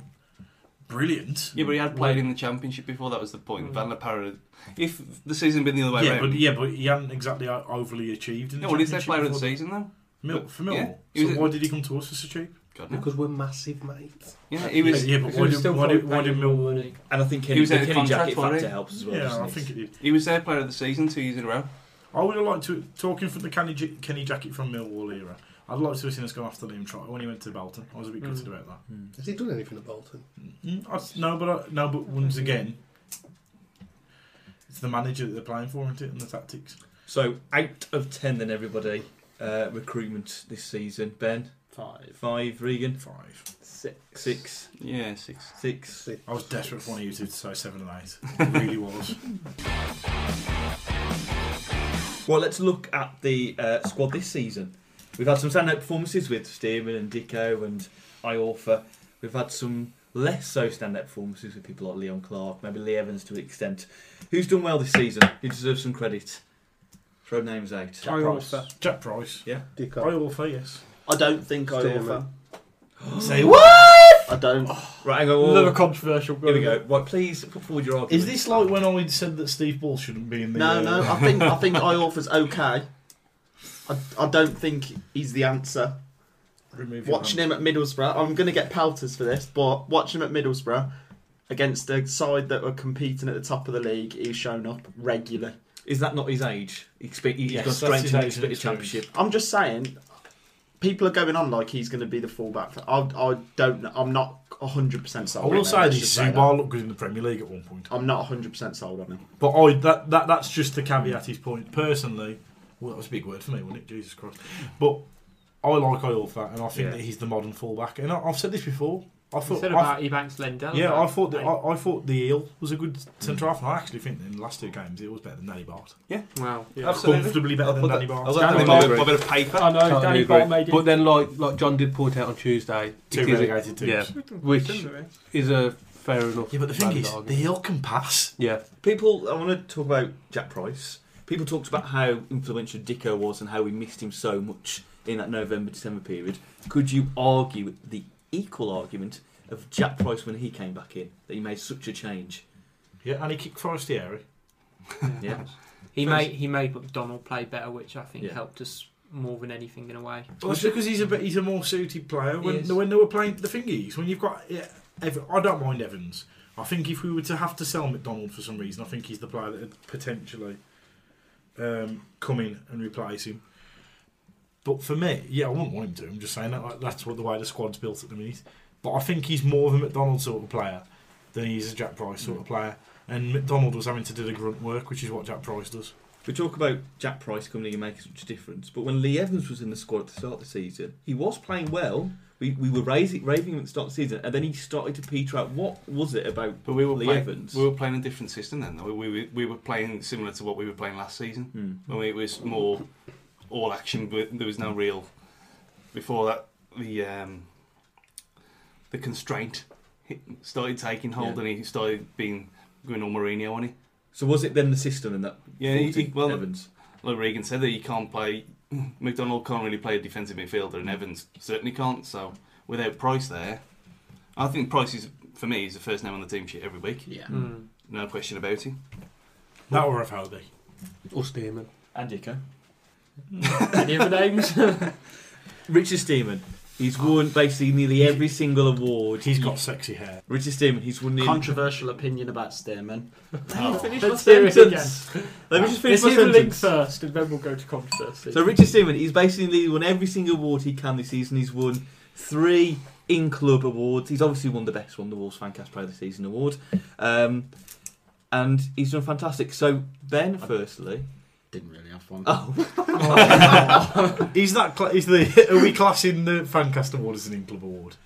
brilliant.
Yeah, but he had played in the championship before. That was the point.
Mm.
Van La Parra. If the season had been the other way
yeah,
around,
but yeah, but he hadn't exactly o- overly achieved. In the
no, well, he's their
championship
player of the
before.
season though.
Mil- for
Yeah,
Millwall.
he was
so
a-
why did he come to us for so cheap?
God no.
Because we're massive, mates.
Yeah, he was.
yeah, but
Because
why
we
did,
still
why did,
probably
why did
paying
Millwall?
more money.
And I think
He
Kenny,
was
the
out of
Kenny Jacket
contract for
factor
it.
helps as well.
Yeah,
doesn't
I
it?
think it did.
He was their player of the season two years in a row.
I would have liked to talking from the Kenny, J- Kenny Jacket from Millwall era. I'd like to have seen us go after Liam Trotter when he went to Bolton. I was a bit
Mm.
gutted about that.
Hmm.
Has he done anything at Bolton?
Mm, I, no, but I, no, but once again, it's the manager that they're playing for, isn't it, and the tactics.
So out of ten, then everybody uh, recruitment this season. Ben
Five,
five, Regan
Five.
six,
six,
Yeah, six.
six.
I was desperate for one of you two to say seven and eight. I really was.
Well, let's look at the uh, squad this season. We've had some standout performances with Stearman and Dicko and Iorfa. We've had some less so standout performances with people like Leon Clark, maybe Lee Evans to an extent. Who's done well this season? Who deserves some credit? Throw names out.
Jack Price.
Jack Price.
Dick
I
Ar-
all for yes.
I don't think I
Still
offer.
(gasps)
Say what?
I don't.
Right, hang on.
Another controversial.
Oh. Here we
goal.
go. Right, please put forward your argument.
Is this like when I said that Steve Ball shouldn't be in the?
No,
uh,
no. I think
(laughs)
I think I offer's okay. I, I don't think he's the answer.
remove your
Watching
hand.
him at Middlesbrough, I'm going to get pelters for this, but watching him at Middlesbrough against a side that were competing at the top of the league, he's shown up regularly.
Is that not his age? He expe- he's
Yes,
gone straight
that's his
to the
age and
expected
experience.
championship.
I'm just saying, people are going on like he's going to be the fullback. I, I don't. know. I'm not 100 percent
I
sold. on
will
him,
say
let's
this:
just say that.
Zubar looked good in the Premier League at one point,
I'm not 100 percent sold on him.
but I that, that that's just to caveat his point. Personally, well, that was a big word for me, wasn't it? Jesus Christ! But I like Iorfa, and I think
Yeah.
that he's the modern fullback. And I, I've said this before. I
You
thought
said
I-
about Ebanks Lendell.
Yeah,
about-
I thought that I, I thought the eel was a
Mm.
good centre half, and I actually think in the last two games it was better than Danny Bart.
Wow.
Absolutely.
Comfortably better than
Well,
Danny
that- I
Bart.
was like,
Danny
Danny Bart
Bart.
with a bit of paper.
I know
Totally
Danny
agree.
Bart made it.
But then, like like John did point out on Tuesday,
Two
it is a-
relegated teams.
Yeah, which is a fair enough.
Yeah, but the thing
valid
is, the
argument.
eel can pass.
yeah,
People, I want to talk about Jack Price. People talked about how influential Dicko was and how we missed him so much in that November December period. Could you argue the equal argument of Jack Price when he came back in that he made such a change?
Yeah, and he kicked Forestieri.
Yeah.
He
First-
made he made McDonald play better, which I think
Yeah.
helped us more than anything in a way.
Well, it's because he's a bit, he's a more suited player.
He
When
is.
when they were playing the thing is when you've got yeah, Ev- I don't mind Evans. I think if we were to have to sell McDonald for some reason, I think he's the player that would potentially um, come in and replace him. But for me, yeah, I wouldn't want him to. I'm just saying that like, that's what the way the squad's built at the minute. But I think he's more of a McDonald sort of player than he is a Jack Price
Mm.
sort of player. And McDonald was having to do the grunt work, which is what Jack Price does.
We talk about Jack Price coming in and making such a difference, but when Lee Evans was in the squad at the start of the season, he was playing well. We, we were raising, raving him at the start of the season, and then he started to peter out. What was it about
But we were
Lee
playing,
Evans?
we were playing a different system then. Though. We, we we were playing similar to what we were playing last season.
Hmm.
when we, it was more all action. But there was no real before that. The um, the constraint started taking hold,
Yeah.
and he started being going all Mourinho on it.
So was it then the system and that?
Yeah, he-
faulty
he- well-
Evans.
Like Regan said, that he can't play. (laughs) McDonald can't really play a defensive midfielder, and Evans certainly can't. So without Price there, I think Price is for me is the first name on the team sheet every week.
Yeah.
Hmm.
Mm.
No question about it.
That or Ravaldi.
or Stearman.
and
(laughs)
Dicko.
Any other names?
(laughs) Richard Steeman. He's won basically nearly every single award.
He's got sexy hair.
Richard Steeman. He's won nearly.
Controversial opinion about Stearman.
Oh.
Let's hear it again.
Let me just finish
Let's
my
hear the link
sentence.
first, and then we'll go to controversy.
So Richard Steeman. He's basically won every single award he can this season. He's won three in club awards. He's obviously won the best one, the Wolves Fancast Player of the Season award, um, and he's done fantastic. So Ben, firstly,
Didn't really have one.
oh,
(laughs) Is that cla- is the are we classing the Fancast Award as an in club award?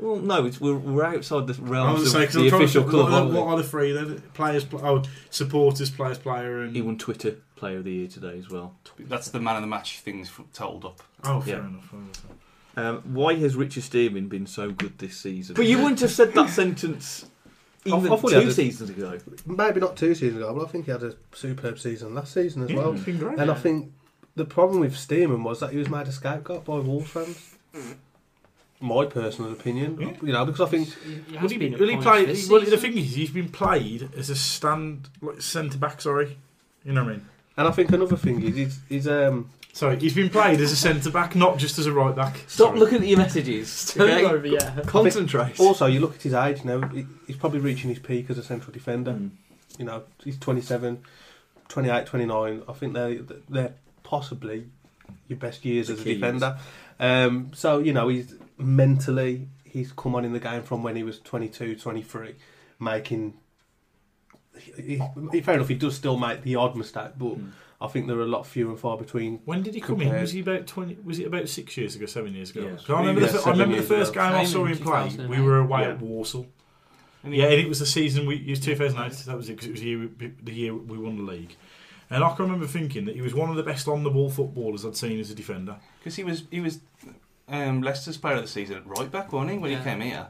Well, no, it's, we're, we're outside the
I was
realms
gonna
of
say, 'cause
the
I'm trying to-
official club.
What, are
aren't
the-
we?
what are the three then? Players, pl- oh, supporters, players, player, and
He won Twitter Player of the Year today as well.
That's the man of the match things f- totaled up.
oh, fair
yeah.
enough.
Um, why has Richard Stearman been so good this season?
But you
wouldn't have said (laughs) that sentence
even two
seasons ago.
Maybe not two seasons ago, but I think he had a superb season last season as
Yeah,
well.
it's been great.
And I think the problem with Stearman was that he was made a scapegoat by Wolves fans. My personal opinion,
Yeah.
you know, because I think
He
Will
has
he,
been
will he
appointed
play?
this
Well, the
season.
thing is, he's been played as a stand like, centre back. Sorry, you know what I mean.
And I think another thing is, is, is um,
Sorry, he's been played as a centre back, not just as a
(laughs)
right back.
Stop
Sorry.
looking at your messages.
Turn
okay?
it over, (laughs) yeah.
Concentrate.
also you look at his age now, he- he's probably reaching his peak as a central defender.
Mm.
You know, he's 27, 28, 29. I think they're, they're possibly your best years
The
as a
key
defender. Um, so, you know, he's mentally, he's come on in the game from when he was 22, 23, making. He, he, fair enough, he does still make the odd mistake, but
Mm.
I think there are a lot few and far between.
When did he come in?
Compared-
Was he about twenty? Was it about six years ago, seven years ago?
Yeah.
'Cause I remember,
Yeah,
the, fir- I
seven
remember the
years
first
ago.
game I
Came
saw
in
him play. We
2008.
were away
Yeah.
at Walsall.
And he-
Yeah, and it was the season we it was 2008. That was it 'cause it was the year, we- the year we won the league. And I can remember thinking that he was one of the best on the ball footballers I'd seen as a defender.
Because he was he was um, Leicester's player of the season at right back, wasn't he? When
Yeah.
he came here,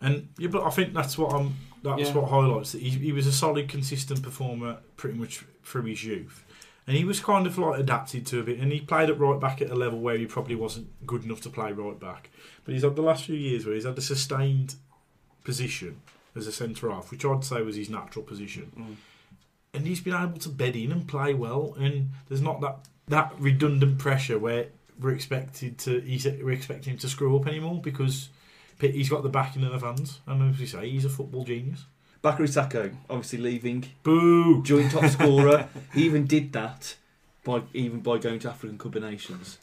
And yeah, but I think that's what I'm. That's
Yeah.
what highlights that he, he was a solid, consistent performer pretty much through his youth, and he was kind of like adapted to a bit. And he played at right back at a level where he probably wasn't good enough to play right back. But he's had the last few years where he's had a sustained position as a centre half, which I'd say was his natural position,
Mm.
and he's been able to bed in and play well. And there's not that that redundant pressure where we're expected to he's, we're expecting him to screw up anymore because Pitt- he's got the backing of the fans. And as we say, he's a football genius.
Bakary Sacco, obviously leaving,
Boo!
joint top scorer. he even did that by even by going to African Cup of Nations.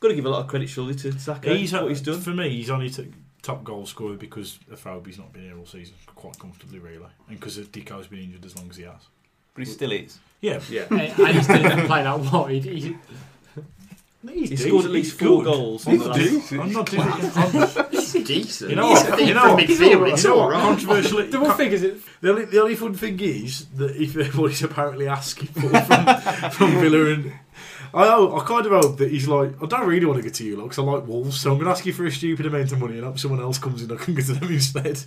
Got to give a lot of credit surely to Sacco.
he's
what he's done.
for me. He's only t- top goal scorer because Afobe's not been here all season quite comfortably, really, and because Dico's been injured as long as he has.
but he still is.
Yeah,
Yeah.
And and he still didn't play that wide. (laughs) He,
He scored at least four goals.
He's
on the last-
good.
(laughs)
I'm not doing it.
He's decent.
You know
He's
what?
a thief
You know
from
what?
midfield. It's
You know
all
what?
right.
Controversially,
double figures. It,
The only, the only fun thing is that if (laughs) what he's apparently asking for from, from Villa and I, hope- I kind of hope that he's like I don't really want to go to you lot because I like Wolves so I'm going to ask you for a stupid amount of money and hope someone else comes in I can go to them (laughs) instead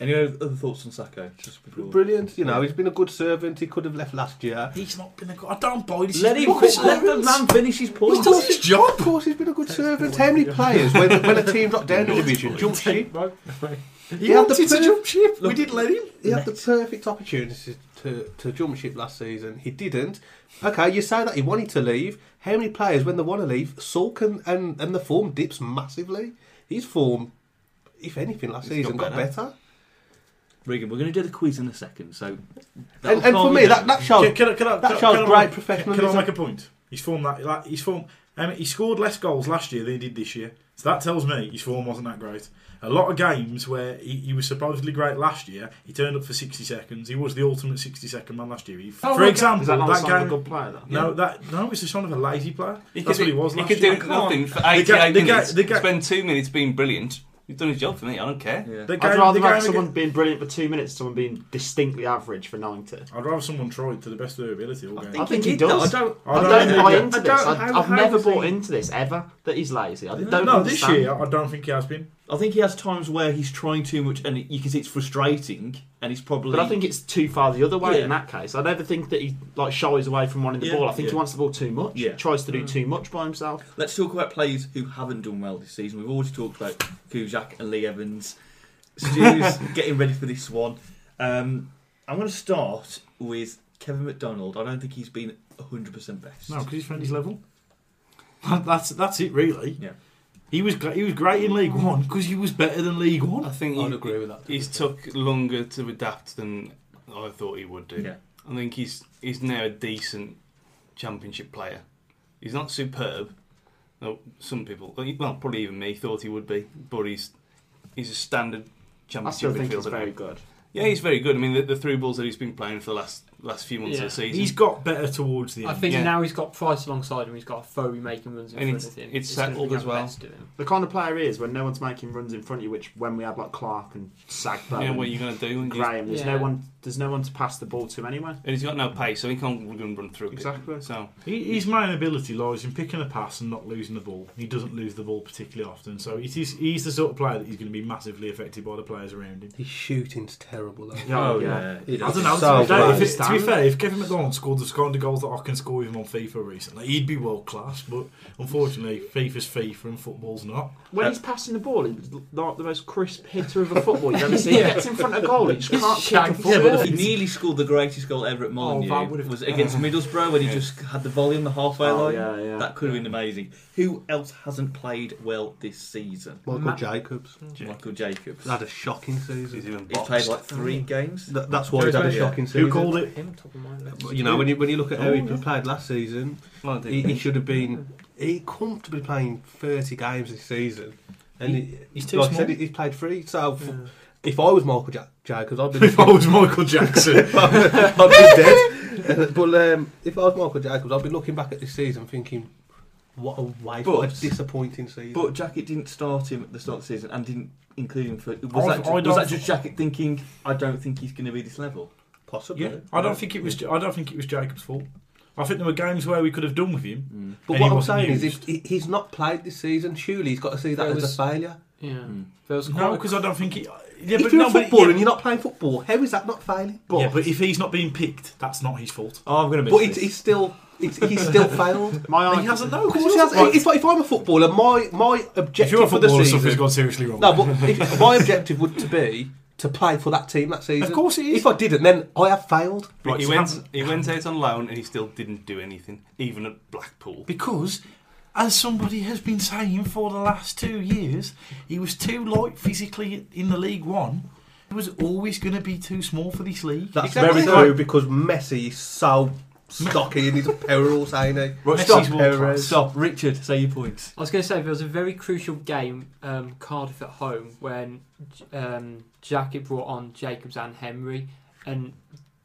Any other thoughts on Sacco? Just before.
Brilliant, you know, he's been a good servant. He could have left last year.
he's not been a good I don't buy this
Let,
he's
him,
rubbish.
let the man finish his point.
he's done his job
Of course, he's been a good servant. How many players, when, when a team dropped down a division, jumped ship?
he
Yeah,
wanted
the
to jump ship we
Look-
didn't let him
He had the perfect opportunity to, to jump ship last season. He didn't. Okay, you say that he wanted to leave. How many players, when they want to leave, sulk and, and, and the form dips massively? His form, if anything, last
It's
season
got
got
better.
better.
Regan, we're going to do the quiz in a second, so. that'll
And, and for
calm
me,
you
that,
down.
that shows,
can, can I, can I,
that
can,
shows
can I-
great
can,
professionalism.
I make a point he's formed that like, he's formed I mean, he scored less goals last year than he did this year. So that tells me his form wasn't that great. A lot of games where he, he was supposedly great last year, he turned up for 60 seconds. He was the ultimate 60 second man last year. He,
Oh,
for
okay.
example,
Is that,
that,
not a sign of
game.
a good player, then?
No, that no, it's a sign of a lazy player.
He
That's
could
what
do-
he was last
He could
year.
do
Come on.
nothing for
The
88
guy- the guy-
minutes.
the guy-
Spend two minutes being brilliant. He's done his job for me. I don't care.
Yeah.
The game-
I'd
the
rather
game
have
against-
someone being brilliant for two minutes, someone being distinctly average for ninety.
I'd rather someone tried to the best of their ability all game.
I think he
did that.
does.
I don't.
I
I
don't,
don't
buy
think-
into
I
this.
don't-
I,
how-
I've
how
never
is he-
bought into this ever that he's lazy. I don't
no, this
understand.
year I don't think he has been.
I think he has times where he's trying too much, and you can see it's frustrating, and he's probably.
But I think it's too far the other way
Yeah.
in that case. I never think that he like shies away from wanting the
Yeah,
ball. I think he
yeah.
wants the ball too much.
Yeah.
Tries to do too much by himself.
Let's talk about players who haven't done well this season. We've already talked about Kuzak and Lee Evans.
(laughs)
Stu's getting ready for this one. Um, I'm going to start with Kevin McDonald. I don't think he's been 100% best.
No, because he's found his level. That's that's it, really.
Yeah.
He was gr- he was great in League One because he was better than League
I
One.
think
I'd
he,
agree with that.
he's took longer to adapt than I thought he would do.
Yeah.
I think he's he's now a decent championship player. He's not superb. No, some people, well, probably even me, thought he would be, but he's he's a standard
I
championship
still think
midfielder.
he's
now.
very good.
Yeah, he's very good. I mean, the, the through balls that he's been playing for the last last few months
Yeah.
of the season.
He's got better towards the
I
end.
think
Yeah.
now he's got Price alongside him. He's got Foey making runs in
And
front
it's-
of him.
it's
gonna
settled
be
as well.
Havertz to him.
The kind of player he is when no one's making runs in front of you, which when we had like Clark and Sagbo
yeah, what are
and
you going to do? And he's,
Graham, there's
Yeah.
no one there's no one to pass the ball to anyway.
and he's got no pace, so he can't run, run through. a bit.
Exactly.
So
He- His main ability lies in picking a pass and not losing the ball. He doesn't lose the ball particularly often, so it is, he's the sort of player that he's going to be massively affected by the players around him.
His shooting's terrible. Though.
Oh, yeah.
It's
I don't know.
so
to, be fair, if
bad.
it- to be fair, if Kevin McDonald scored the kind of goals that I can score with him on FIFA recently, he'd be world class. But unfortunately, FIFA's FIFA and football's not.
When he's passing the ball, he's like the most crisp hitter of a football
(laughs)
you've ever seen. He gets in front of goal, he just can't kick
Shagged.
a
Yeah, but he
football.
nearly scored the greatest goal ever at
Oh,
Molineux.
that would've-
was against Middlesbrough when he
Yeah.
just had the volley on the halfway
Oh,
line.
yeah, yeah.
That could have been amazing. Who else hasn't played well this season?
Michael
Ma-
Jacobs
Michael Jacobs.
had a shocking
he's
season.
even
He's
boxed.
played like three games.
That, that's why he's had a
Yeah.
shocking season. Oh,
Who called it?
Him top of my list.
You know, when you when you look at how he played last season,
Oh, dear.
he, he should have been he comfortably playing thirty games this season, and he,
he's too
like I
small.
said, he- he's played three. So f-
Yeah.
if I was Michael ja- Jacobs,
(laughs)
I'd been
if I was Michael
(laughs)
Jackson,
I'd be dead. (laughs) but um, if I was Michael Jacobs, I'd be looking back at this season thinking, what a waste, what
But-
a disappointing season.
But Jacket didn't start him at the start of the season and didn't include him for. Was, that,
I've- I
ju- was
don't-
that just Jacket thinking, I don't think he's going to be this level?
possibly,
yeah, I don't think it was. I don't think it was Jacob's fault. I think there were games where we could have done with him.
But
And
what
he
I'm
wasn't
saying is,
used.
if he, he's not played this season, surely he's got to see that
There
as
was-
a failure.
Yeah.
Mm.
There was
No,
quite a
because I don't think he. Yeah,
if
but
you're
no,
a
but-
footballer
yeah,
and you're not playing football, how is that not failing? But,
yeah, but if he's not being picked, that's not his fault.
Oh, I'm going to miss
but
this.
it's, it's still it's,
(laughs)
he's still failed.
My
he
argument,
hasn't. No,
Of course he has. It's like if I'm a footballer, my my
If
objective
you're a
for the
footballer, something's
season.
gone seriously wrong.
No, but if, my objective would to be to play for that team that season.
Of course it is.
If I didn't, then I have failed.
Right,
he
so
went.
how-
He went out on loan, and he still didn't do anything, even at Blackpool.
Because, as somebody has been saying for the last two years, he was too light physically in the League One. He was always going to be too small for this league.
That's
Exactly.
very true because Messi is so stocky and he's a perils, ain't he?
Right,
Stop
Messi's world
Perez.
Stop, Richard, say your points.
I was going to say there was a very crucial game, um, Cardiff at home, when um, Jacket brought on Jacobs and Henry, and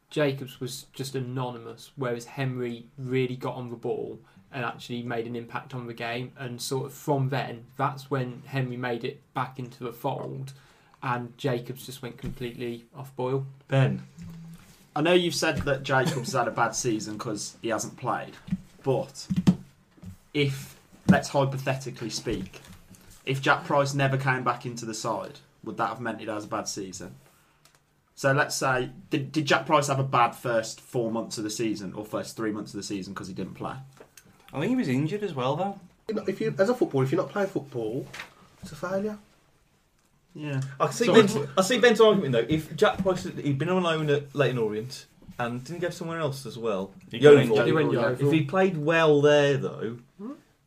Jacobs was just anonymous, whereas Henry really got on the ball and actually made an impact on the game. And sort of from then, that's when Henry made it back into the fold, and Jacobs just went completely off boil.
Ben.
I know you've said that Jacobs had a bad season because he hasn't played, but if let's hypothetically speak, if Jack Price never came back into the side, would that have meant it has a bad season? So let's say, did, did Jack Price have a bad first four months of the season or first three months of the season because he didn't play?
I think he was injured as well, though.
You know, If you as a footballer, if you're not playing football, it's a failure.
Yeah.
I see,
So-
Ben's, I see Ben's argument though. If Jack Price had he'd been on loan at Leighton Orient and didn't go somewhere else as well,
He
Yeovil. Hmm?
got
He went
Yeah.
Yeovil.
if he played well there though,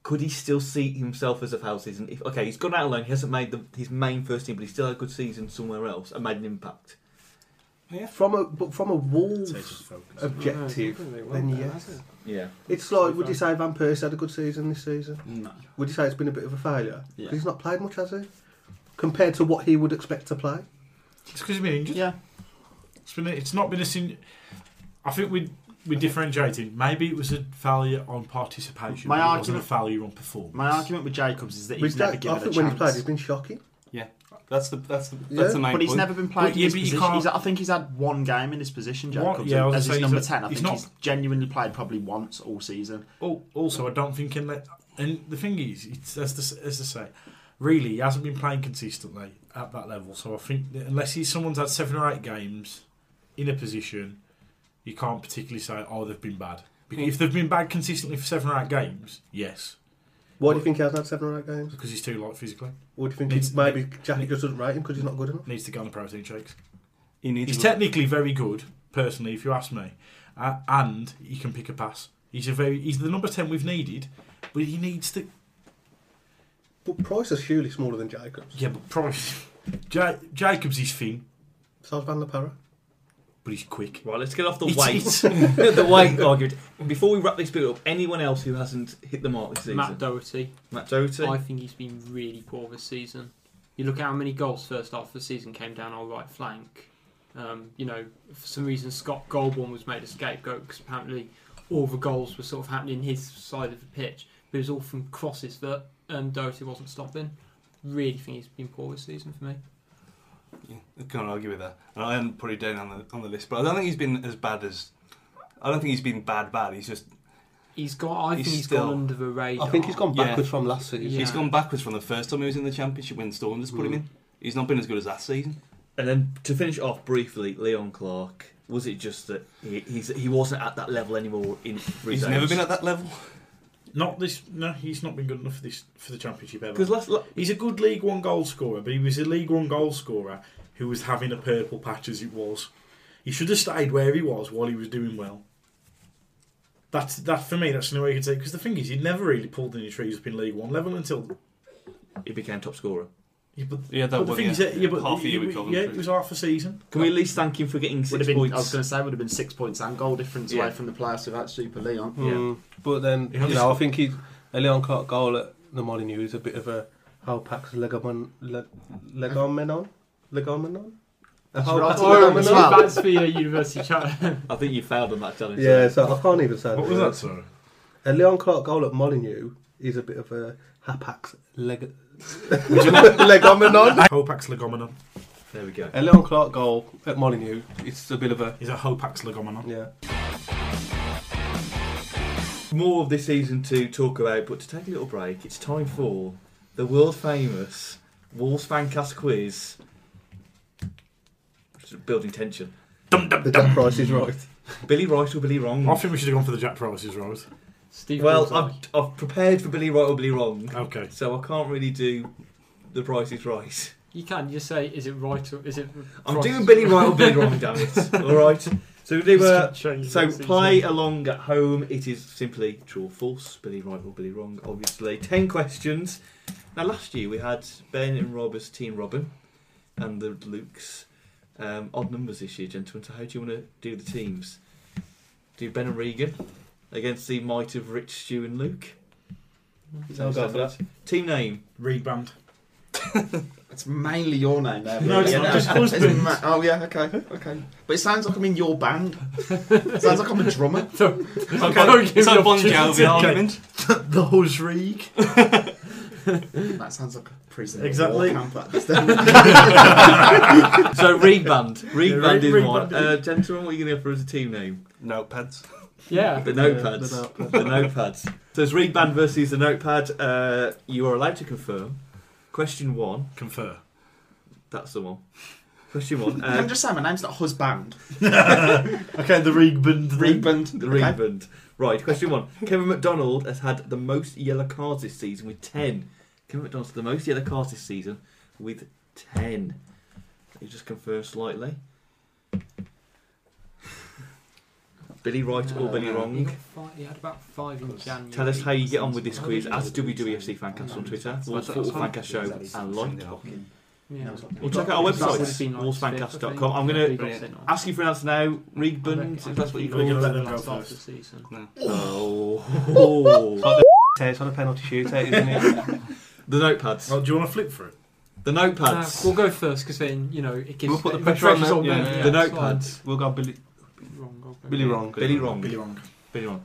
could he still see himself as a foul season? If okay, he's gone out alone, he hasn't made the, his main first team, but he's still had a good season somewhere else and made an impact.
From a but from a Wolves
Focus.
objective, then yes.
Yeah,
It's like, would you say Van Persie had a good season this season?
No.
Would you say it's been a bit of a failure? 'Cause
Yeah.
He's not played much, has he? Compared to what he would expect to play.
It's because he's been injured.
Yeah.
It's, been, it's not been a sin. I think we we differentiated. Maybe it was a failure on participation.
My
but it wasn't
argument-
a failure on performance.
My argument with Jacobs is that
Which
he's never
that-
given
I think
a
when
chance.
he's played, he's been shocking.
That's the that's the
Yeah,
that's the main
but he's
point.
never been played
But
in
yeah,
his
but you
position.
can't-
He's- I think he's had one game in his position,
One-
Jacobs,
yeah, I was
as
gonna
his
say,
number
he's not-
ten. I
he's
think
not-
he's genuinely played probably once all season.
Al- Also, I don't think in that. And the thing is, it's, as, to, as to say, really, he hasn't been playing consistently at that level. So I think that unless he's someone's had seven or eight games in a position, you can't particularly say, oh, they've been bad. Because if they've been bad consistently for seven or eight games, yes,
Why do you think he hasn't had seven or eight games?
because he's too light physically.
Or do you think
Needs-
he's, maybe Jackie just doesn't rate him because he's not good enough?
Needs to go on the protein shakes.
He needs
He's
to-
technically very good, personally, if you ask me, uh, and he can pick a pass. He's a very he's the number ten we've needed, but he needs to
But Price is surely smaller than Jacobs.
yeah. But Price, (laughs) ja- Jacobs is thin,
So's Van La Parra.
but he's quick.
right. Let's get (laughs) off the
It's-
weight. (laughs)
it's-
the weight argument. Before we wrap this bit up, anyone else who hasn't hit the mark this season?
Matt Doherty.
Matt Doherty.
I think he's been really poor this season. You look at how many goals first half of the season came down our right flank, Um, you know, for some reason, Scott Goldborn was made a scapegoat because apparently all the goals were sort of happening his side of the pitch, but it was all from crosses that um, Doherty wasn't stopping. Really think he's been poor this season for me.
Yeah, I can't argue with that. And I hadn't put it down on the on the list, but I don't think he's been as bad as. I don't think he's been bad bad. He's just
He's got. I
He's
think he's
still-
gone under the radar.
I think he's gone
Yeah.
backwards from last season.
Yeah.
he's gone backwards from the first time he was in the championship when Storm just put him
Mm.
in. He's not been as good as that season.
And then to finish off briefly, Leon Clark. Was it just that he he's, he wasn't at that level anymore? In for his
He's
age?
never been at that level.
(laughs) Not this. No, he's not been good enough for this for the championship ever.
because last la-
He's a good League One goal scorer, but he was a League One goal scorer who was having a purple patch as it was. He should have stayed where he was while he was doing well. That's that for me. That's the only way you could say. Because the thing is, he never really pulled any trees up in League One level until.
he became top scorer.
Yeah, but,
Yeah, that
but the
one,
thing
yeah.
is, that- yeah, but
half a year with
yeah,
Coventry.
it was
(laughs)
half a season.
Can we at least thank him for getting
Would
six
have been,
points?
I was going to say, would have been six points and goal difference
Yeah.
away from the playoffs without Super Leon.
Mm. But then,
He
you
only
know, I
scored-
think he, a Leon Clark goal at the Molyneux is a bit of a Halpax Legomon, Le, Legomenon? Legomenon? A Halpax
right. Oh,
Legomenon?
as well.
that's the uh, university challenge.
I think you failed on that challenge.
Yeah, so I can't even say
What
the
was
word.
that, sir?
A Leon Clark goal at Molyneux is a bit of a Hapax leg-
(laughs)
Legomenon.
Hopax Legomenon.
There we go.
A Leon Clark goal at Molyneux, it's a bit of a.
He's a Hopax Legomenon.
Yeah.
More of this season to talk about, but to take a little break, it's time for the world famous Wolves Fancast quiz. Just Building tension.
Dum dum
The
dum.
Jack Price is right.
Billy Right or Billy Wrong?
I think we should have gone for the Jack Price's right.
Steve
Well,
Bullseye.
I've, I've prepared for Billy Right or Billy Wrong,
Okay.
so I can't really do the Price is Right.
you can just say, is it right or is it?
I'm
right?
doing Billy Right or Billy Wrong, damn it. All right. So we do uh, So play along at home. It is simply true or false. Billy right or Billy wrong, obviously. Ten questions. Now last year we had Ben and Rob as Team Robin, and the Luke's um, odd numbers this year, gentlemen. So how do you want to do the teams? Do Ben and Regan against the might of Rich, Stew and Luke.
I'll go for that.
Team name.
Reed band.
(laughs) It's mainly your name there.
No, it's
really,
not,
isn't
just
it?
husband.
Isn't it? Oh yeah, okay, okay. But it sounds like I'm in
(laughs)
your band. It sounds like I'm a drummer.
Don't
Okay,
give
it's
me
like Bon
opportunity.
Jovi argument.
The Hosreek.
(laughs) That sounds like a prison.
Exactly.
War camp at this
(laughs)
time.
(laughs)
so Reed Band. Reed
Yeah,
Band
Reed-
is
Reed
one.
Band.
Uh, gentlemen, what are you going to go for as a team name?
Notepads.
Yeah.
The
Yeah,
notepads.
the notepads.
the
(laughs)
notepads. So it's Reed Band versus the notepad. Uh, you are allowed to confirm. Question one.
Confer.
That's the one. Question one.
Can I
Uh,
just say my name's not husband.
(laughs) Okay, the Reed band.
Reband.
the
okay?
Reed Band. Right. Question one. Kevin McDonald has had the most yellow cards this season with ten. Kevin McDonald's had the most yellow cards this season with ten. You just confirm slightly. Billy right or Billy
Uh, He,
wrong?
got five, he had about five in January.
Tell us how you get on with this
Oh,
quiz
yeah.
at WWFC Fancast on Twitter, Wolves Football Fancast Show, and like.
Yeah.
Well, check out our
That would have
website,
been like fifth, I think.
wallsfancast.com. I'm
Yeah,
going
he
to
got sent on.
ask you for an answer now. Reed
I reckon-
Buns, if that's what you
I
call
reckon
We're
it.
gonna let
he
them go
got sent off
first.
the season.
Oh.
(laughs) It's on a penalty shootout, isn't it?
(laughs) the notepads.
Oh, do you want to flip for it?
The
Uh,
notepads.
we'll go first because then you know it gives
We'll put the
it
pressure on
pressure's
them.
them.
Yeah, yeah.
the
it's
notepads.
We'll go Billy,
fine. Wrong, I'll go
Billy
with-
Wrong.
Billy wrong.
Billy wrong.
Billy wrong.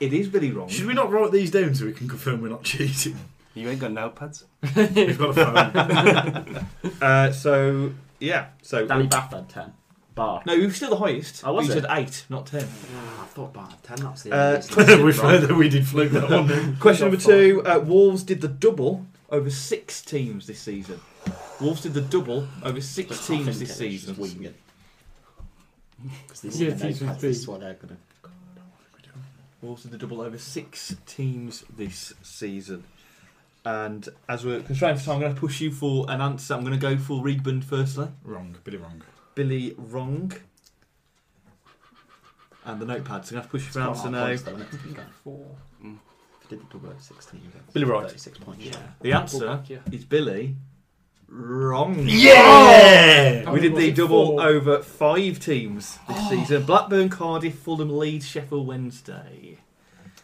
It is Billy wrong.
Should we not write these down so we can confirm we're
(laughs)
not cheating?
You ain't got notepads.
We've got a (laughs) phone.
Uh, so, yeah. So
Danny Bath had ten. Bar.
No, you were still the highest.
Oh, was
you
it?
said eight, not ten.
Ah, I thought Bar had ten. That's the
Uh,
only
we
reason I
found
did it
that we did flip that
(laughs)
one. didn't
Question number
Got five.
two uh, Wolves did the double over six teams this season. Wolves did the double over
But
six
I think
teams this
it's just
season.
winging. 'Cause this
Yeah,
is the
teams
notepads,
would
this
be-
is what they're gonna-
Wolves did the double over six teams this season. And as we're constrained for time, I'm going to push you for an answer. I'm going to go for Reedbund firstly.
we? Wrong. Billy wrong.
Billy wrong. And the notepads. I'm going to push you
it's
for an
quite
answer
hard
now.
points, though, isn't it, to be fair?
Four.
If you did the double at 16, you'd have
Billy Wright.
36 points.
Yeah.
The answer
Back, yeah.
is Billy wrong.
Yeah!
We did
Was
the
it
double
four?
over five teams this season Blackburn, Cardiff, Fulham, Leeds, Sheffield Wednesday.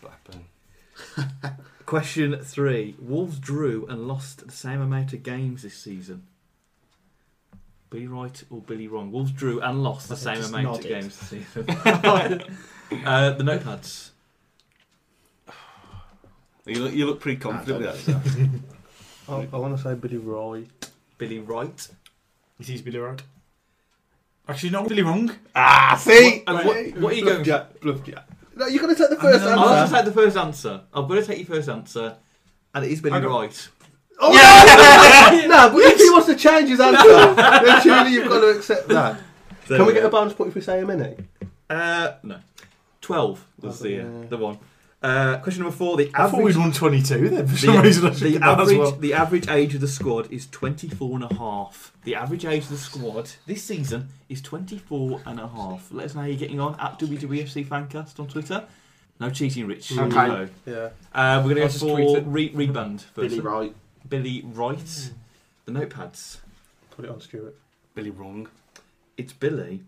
Blackburn.
Question three Wolves drew and lost the same amount of games this season. Billy Wright or Billy Wrong. Wolves drew and lost the
I
same
just
amount
nodded.
of games this season. (laughs) uh, the notepads.
You look, you look pretty confident
Nah,
with that. so.
I, I want to say Billy Roy.
Billy Wright.
It is Billy Wright. Actually, not Billy Wrong.
Ah, see?
What, what, what are you going for?
Jack, bluff Jack. No, you're going to take the
I
first
know.
I'll have to
answer.
take the first answer. I'm going to take your first answer, and it is Billy
I got-
Wright.
Oh, (laughs) no, no, but if he wants to change his (laughs) answer, then surely you've got to accept that. Can we get a bonus point if we say a minute?
Uh, no. 12 was the, uh,
Yeah.
the one. Uh, question number four. The
I thought we'd
average,
won 22 then. (laughs) For
the,
some reason, I
the
should that as
average,
well.
the average age of the squad is 24 and a half. The average age of the squad this season is 24 and a half. Let us know how you're getting on at WWFC Fancast on Twitter. No cheating, Rich.
Mm.
Okay.
No.
Yeah.
Uh, we're
I'll
going to
just
go
tweet
for
it.
re- reband first.
Billy Wright.
Billy Wright. The notepads.
Put it on Stuart.
Billy Wrong.
It's Billy.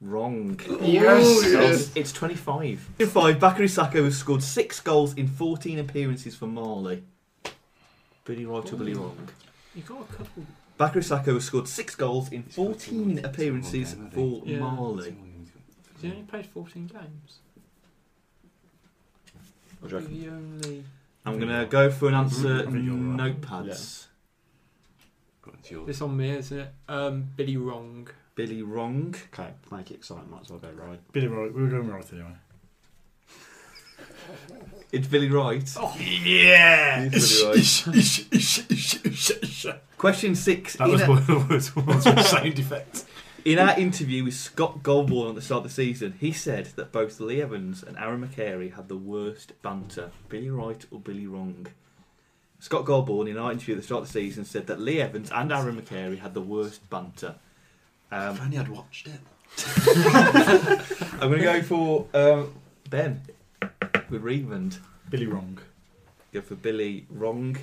Wrong.
Oh, Yes.
It's, it's 25. In five, Bakary Sako has scored six goals in 14 appearances for Marley. Billy right or Billy wrong?
You got a couple.
Bakary Sako has scored six goals in 14 appearances for
Yeah.
Marley.
Has he only played 14 games?
What do you reckon?
He only.
I'm going to go for an answer
I think you're right.
notepads.
This on me, isn't it? Um, Billy Wrong.
Billy wrong.
Okay, make it exciting. Might as well go right.
Billy Wright. We were going right anyway.
It's Billy right.
(laughs) Yeah.
He's Billy Wright.
that
Question six. in
was
a-
(laughs) one of the words words with sound effects.
In our interview with Scott Goldborn at the start of the season, he said that both Lee Evans and Aaron McCary had the worst banter. Billy right or Billy wrong? Scott Goldborn, in our interview at the start of the season, said that Lee Evans and Aaron McCary had the worst banter. Um,
only I'd watched it.
(laughs) I'm going to go for um, Ben with Reevand.
Billy Wrong.
Go for Billy wrong.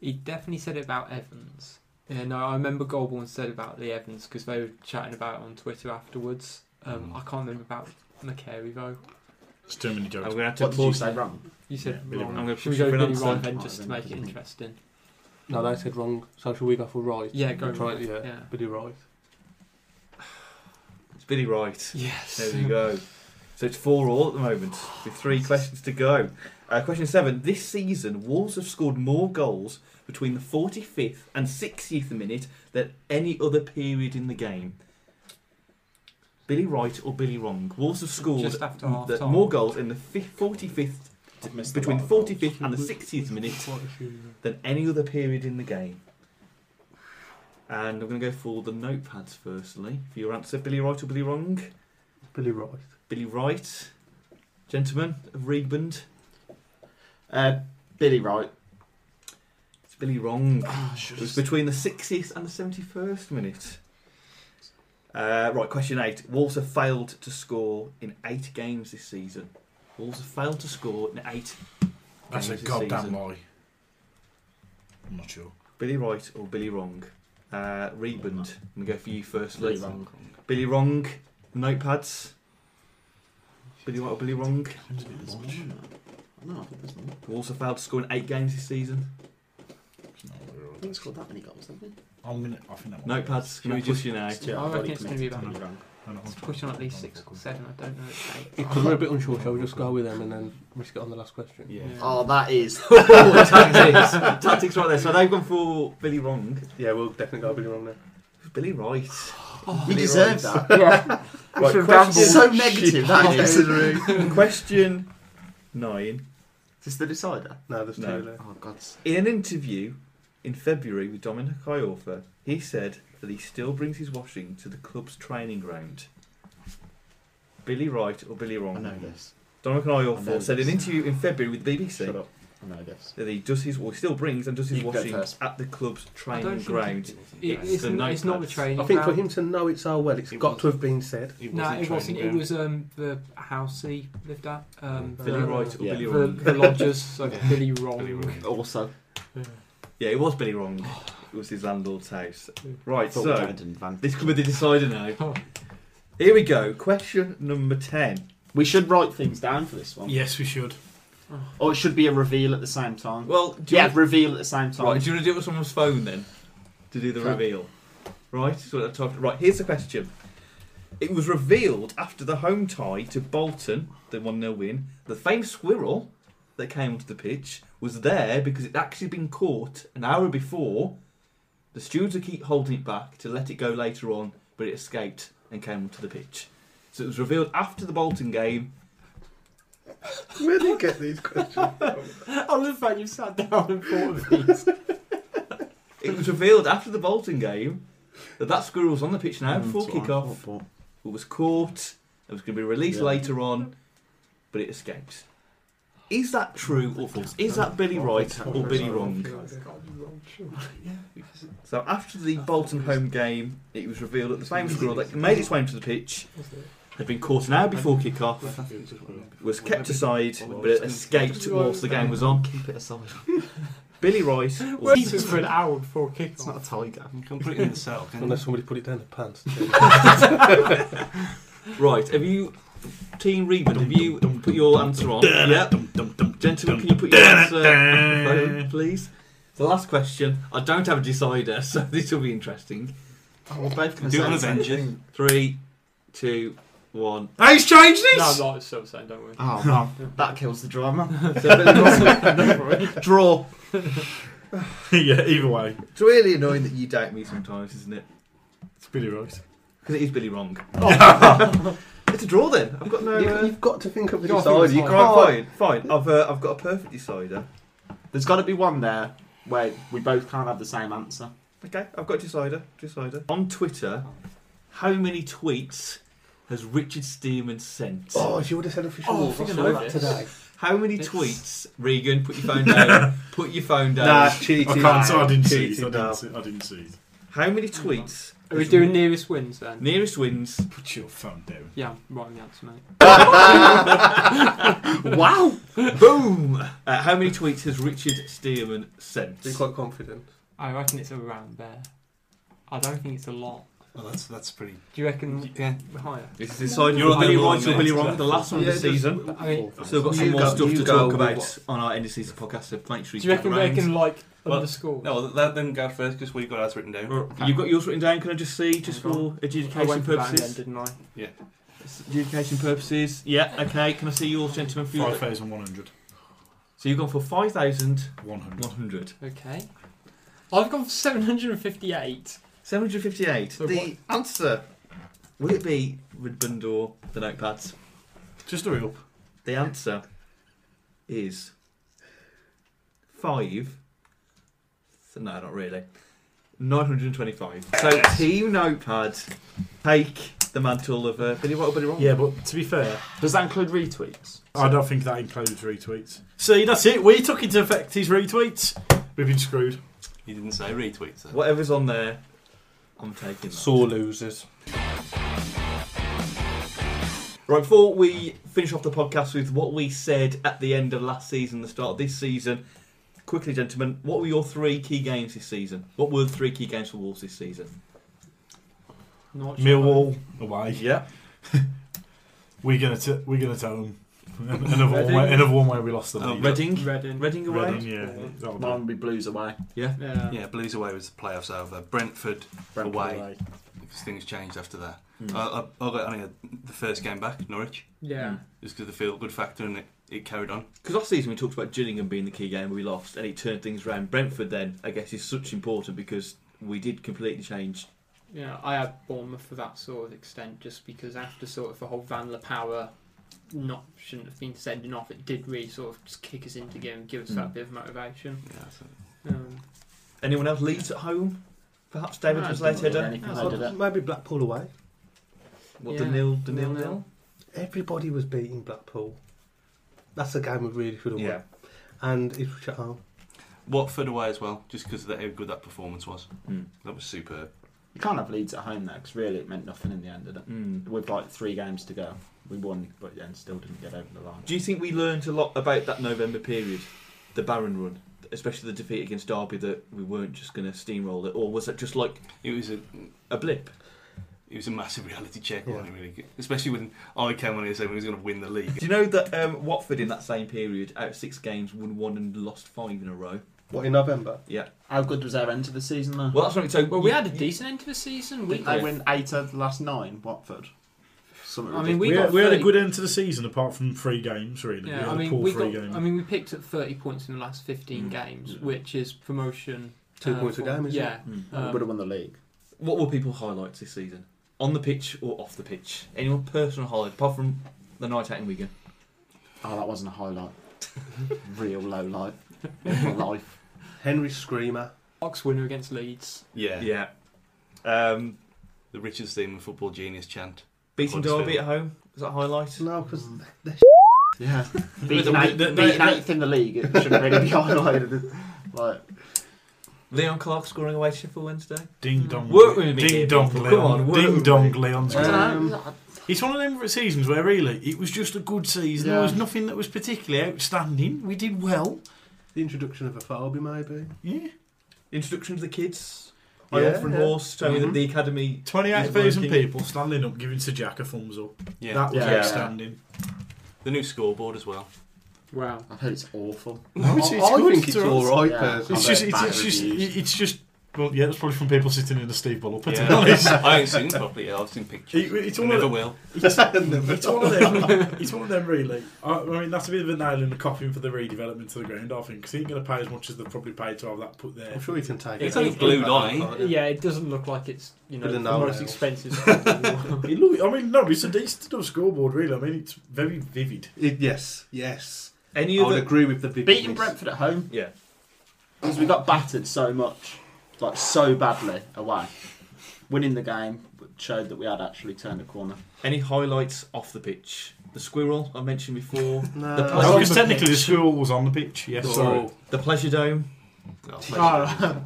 He definitely said it about Evans. Yeah, no, I remember Goldborn said about the Evans because they were chatting about it on Twitter afterwards. Um,
Mm.
I can't remember about McCary though.
There's too many
I'm
jokes.
going to have to
What did you
pause.
say wrong?
You said
Yeah, Billy
wrong.
I'm going to
Should we
push
go
for an
Billy
answer.
Wrong then
Oh,
just to
then
make it
Billy.
interesting?
No, they said wrong. So should we go for Roy?
Yeah, go
Try,
right.
Yeah.
Yeah.
Billy Roy.
It's Billy right.
Yes.
There we go. So it's four all at the moment, with three questions to go. Uh, question seven. This season, Wolves have scored more goals between the 45th and 60th minute than any other period in the game. Billy right or Billy wrong? Wolves have scored
Just after half
the-
time.
more goals in the fif- 45th,
I've missed
between
a
the
lot of
45th and the 60th minute
Quite a few.
than any other period in the game. And I'm going to go for the notepads firstly. For your answer, Billy right or Billy wrong?
Billy Roy.
Billy Wright, gentlemen of Reedbund.
goals. Uh, Billy Wright.
It's Billy Wrong.
Oh,
It was between the 60th and the 71st minute. Uh, right, question eight. Wolves have failed to score in eight games this season. Wolves have failed to score in eight.
That's a
Games this
goddamn
season.
lie. I'm not sure.
Billy Wright or Billy Wrong? Uh, Reedbund, I'm going to go for you first,
Billy
Lee.
Wrong.
Billy Wrong, notepads. Billy Wright or Billy Wrong?
No, I think there's more.
Wolves have failed to score in eight games this season.
I think we scored that many goals, haven't we?
I'm gonna. I think that one-
Notepads, can
Can
I
we
push
just-
you now?
I reckon it's gonna be about-
Billy Wrong.
I don't know.
Let's push on at least six or seven. I don't know. It's eight.
Because we're a bit unsure, shall we just go with them and then risk it on the last question?
Yeah.
Yeah.
Oh, that is.
Oh, tactics. tactics right there. So they've gone for Billy Wrong.
Yeah, we'll definitely go Billy Wrong then.
Billy Wright.
you deserve that.
Right,
That's
question,
so negative, that
(laughs)
is.
question nine.
Is this the decider?
No, there's two
No.
there.
Oh, God.
In an interview in February with Dominic Iorfa, he said that he still brings his washing to the club's training ground. Billy Wright or Billy
I
Wrong?
know this.
Dominic
I know
Iorfa said in an
this.
interview in February with the
Shut
BBC
up. I know this.
that he does his, well, he still brings and does his
You go
washing
first.
at the club's
I don't
training
think
ground.
It,
Yes,
it's,
the
n- it's not the
notepads.
training.
I think for
ground.
him to know it so well, it's
It
got
was-
to have been said.
It
No, it
training
wasn't. It
ground.
was um, the house he lived at. Um,
Mm.
Billy
the,
Wright or
yeah.
Billy
the,
Wrong?
the lodgers. So
Yeah.
Billy Wrong.
Billy Wrong.
Also,
(laughs) Yeah, it was Billy Wrong.
Oh.
It was his landlord's house. Right,
thought
so
we died in van.
this could be the decider now.
Oh.
Here we go. Question number ten.
We should write things down for this one.
Yes, we should.
Or it should be a reveal at the same time.
Well, do you
yeah,
want,
reveal at the same time.
right, do you want to do it with someone's phone then to do the
Sure.
reveal? Right, so I typed- right. Here's the question. It was revealed after the home tie to Bolton, the 1 0 win, the famous squirrel that came onto the pitch was there because it'd actually been caught an hour before. The stewards would keep holding it back to let it go later on, but it escaped and came onto the pitch. So it was revealed after the Bolton game.
Where do you get these questions?
I love that you've sat down and thought of these.
It was revealed after the Bolton game that that squirrel was on the pitch now before kick-off. It was caught. It was going to be released
Yeah.
later on, but it escapes. Is that true or false? Is that Billy
Oh,
right or Billy wrong? So after the Bolton home game, it was revealed that the same squirrel that made its way into the pitch had been caught an hour before kick-off, was kept aside, but it escaped whilst the game was on.
um, Keep
(laughs)
it aside.
Billy Rice. Or
Jesus for an hour before
It's not
kickoff.
(laughs)
a tiger.
You can put it in the cell, can
Unless
you?
somebody put it down the pants.
right, have you, Team Reuben, have you put your answer on? Yeah. Gentlemen, can you put your answer on the phone, please? The last question. I don't have a decider, (laughs) so this will be interesting.
Oh, we're both gonna
Do it
say
on
the same
Avengers.
thing.
Three, two, one.
Hey, he's changed
No,
this!
I'm not. It's still saying, don't worry.
Oh, well, that kills the drama.
(laughs) So, Billy Ross- draw.
(laughs) yeah, either way,
(laughs) It's really annoying that you doubt me sometimes, isn't it?
it's Billy Rice.
Because it is Billy wrong. Oh. (laughs) it's a draw then. I've got no.
You,
Uh,
have got to think of the Oh,
You've got to
decider. You
think of
can't.
right, fine, fine. I've uh, I've got a perfect decider.
There's got to be one there where we both can't have the same answer.
Okay, I've got decider. Decider on Twitter. How many tweets has Richard Steeman sent?
Oh, she would have said official.
Oh, I
rules. I
think I
saw
know
that
this.
today.
How many
It's-
tweets, Regan? Put your phone
(laughs)
down. put your phone down.
cheating.
I can't. So I didn't see. it, I
Cheating,
didn't
no.
see. I didn't see. it.
How many tweets?
Are we doing nearest wins then?
nearest wins? (laughs)
(laughs)
Put your phone down.
Yeah, I'm writing the answer, mate.
wow!
Boom! Uh, how many tweets has Richard Stearman sent?
Be quite confident.
I reckon it's around there. I don't think it's a lot.
Well, Oh, that's that's pretty.
Do you reckon
Yeah.
higher?
This is decided
You're
You're
on
Billy
the
Right or
wrong
Billy
minute.
Wrong, the last one of
Yeah,
the
just-
season.
I mean,
So we've got some
You
more
go-
stuff
you
to
go
talk
with
about
what-
on our end of season podcast, so make sure
do
you,
you
keep
reckon they
around.
can like
Well,
underscore?
No, let them go first because we've got ours written down.
Or- You've got yours written down, can I just see, just
Hang
for
I
adjudication
went for that then,
purposes?
didn't I?
Adjudication purposes, yeah, okay. Can I see yours, gentlemen? For
Five
your...
thousand one hundred.
So you've gone for 5,100.
One hundred.
Okay. I've gone for 758.
758.
So
the
what-
answer, will it be Ridbund or the notepads?
Just hurry up.
The answer is five. No, not really. 925. So Team Notepad take the mantle of uh, Billy Right or Billy Wrong.
Yeah, but to be fair,
Does that include retweets?
I don't think that includes retweets. See, that's it. We took into effect his retweets. We've been screwed.
You didn't say retweet. So.
Whatever's on there, I'm taking that.
Sore losers.
Right, before we finish off the podcast with what we said at the end of last season, the start of this season, quickly, gentlemen, what were your three key games this season? What were the three key games for Wolves this season?
Not sure.
Millwall away.
Yeah.
(laughs) We're gonna t- we're gonna tell them (laughs) another one
Reading.
way, another one way we lost the
Oh,
league.
Reading.
Reading.
Reading away.
Uh, Reading, Oh. yeah, yeah, that'll do.
Mine would be Blues away.
Yeah.
Yeah.
Yeah, Blues away was the playoffs over. Brentford
Brentford
Away. because things changed after that.
Mm.
Hmm.
I, I, I got only had the first game back, Norwich,
Yeah.
just because the feel good factor and it, it carried on.
Because last season we talked about Gillingham being the key game we lost, and it turned things round. Brentford then, I guess, is such important because we did completely change.
Yeah, I had Bournemouth for that sort of extent, just because after sort of the whole Van La Power not shouldn't have been sending off, it did really sort of just kick us into gear and give us
Mm.
that bit of motivation.
Yeah, so.
Um,
Anyone else leads at home? Perhaps David
No,
was
I
late
don't
really
header.
anything I did it.
Maybe Blackpool away.
What the
Yeah.
nil? The nil
Nil-nil.
nil.
Everybody was beating Blackpool. That's a game we really should have won. And uh, Ipswich at home.
Watford away as well, just because of how good that performance was.
Mm.
That was superb.
You can't have Leeds at home there because really it meant nothing in the end, did it?
Mm.
With like three games to go, we won, but then still didn't get over the line.
Do you think we learnt a lot about that November period, the Barron run, especially the defeat against Derby, that we weren't just going to steamroll it, or was it just like
It was a
a blip?
it was a massive reality check,
Yeah.
wasn't it? Really, especially when I came on here saying we was going to win the league.
Do you know that um, Watford in that same period, out of six games, won one and lost five in a row?
What in November?
How good was our end of the season though?
Well, that's what. So,
Well, we had a decent end to the season. We,
Didn't they win eight out of the last nine? Watford. Something
I mean, we
We,
got
had, we had a
three.
good end to the season, apart from three games, really. we
yeah,
had
I
a
mean,
poor
we
three
got.
game.
I mean, we picked up thirty points in the last fifteen
Mm.
games,
Yeah.
which is promotion.
Two
uh,
points a
for-
game, isn't
Yeah.
Mm.
um,
would have won the league.
what were people highlights this season, on the pitch or off the pitch? Anyone personal highlight apart from the night out in Wigan?
Oh, that wasn't a highlight. Real low light. life.
Henry Screamer.
Ox winner against Leeds.
Yeah.
Yeah. Um,
The richest theme of football genius chant.
beating
Huddersfield.
Derby at home was that a highlight?
No, because
Mm. Yeah.
The-
Beating
the-
eight-
the-
beating
the-
eighth in the league, it shouldn't really be (laughs) highlighted. Like,
Leon Clark scoring away to Sheffield Wednesday.
Ding dong.
Work with me
Ding
here,
dong,
people.
Leon.
Come on, work
Ding
with
dong,
me.
Leon's
Um,
good.
Um,
It's one of them seasons where really it was just a good season. There
Yeah.
was nothing that was particularly outstanding. We did well.
the introduction of a phobia, maybe.
Yeah.
Introduction to the kids. My
Yeah,
old friend
yeah.
Horse told me that
Mm-hmm.
Mhm.
the academy. He's
28,000
working.
people standing up giving Sir Jack a thumbs up.
Yeah.
That was
Yeah.
outstanding.
The new scoreboard as well.
Wow.
I've heard it's awful.
No, it's, it's
I
good.
think it's
all right.
all right,
Yeah.
personally.
I've
It's just,
heard
it's,
bad
it's just,
reviews.
it's just. Well, yeah, that's probably from people sitting in a Steve Bull up.
Yeah.
To be honest, (laughs)
(laughs) I haven't seen it properly yet. I've seen pictures.
It- it's
I
all
never
right.
will.
it's, it's one of them. It's one of them, really. I, I mean, that's a bit of a nail in the coffin for the redevelopment to the ground. I think because he ain't going to pay as much as they probably paid to have that put there. (laughs)
I'm sure you can take
It's
it.
only glued on, eh?
Yeah.
Yeah, it doesn't look like it's you know
With a
the
no
most
nails.
(laughs)
expensive. sport in the world.
It look, I mean, no, it's a decent enough scoreboard, really. I mean, it's very vivid.
It, yes, yes.
Any
I would
other?
agree with the vividness.
Beating Brentford at home
Yeah.
because we got battered so much, like so badly away. Winning the game showed that we had actually turned a corner.
Any highlights off the pitch? The squirrel I mentioned before.
No.
The
Well,
pleasure,
because technically the school was on the pitch. Yes,
Sorry.
so
the pleasure dome.
Oh,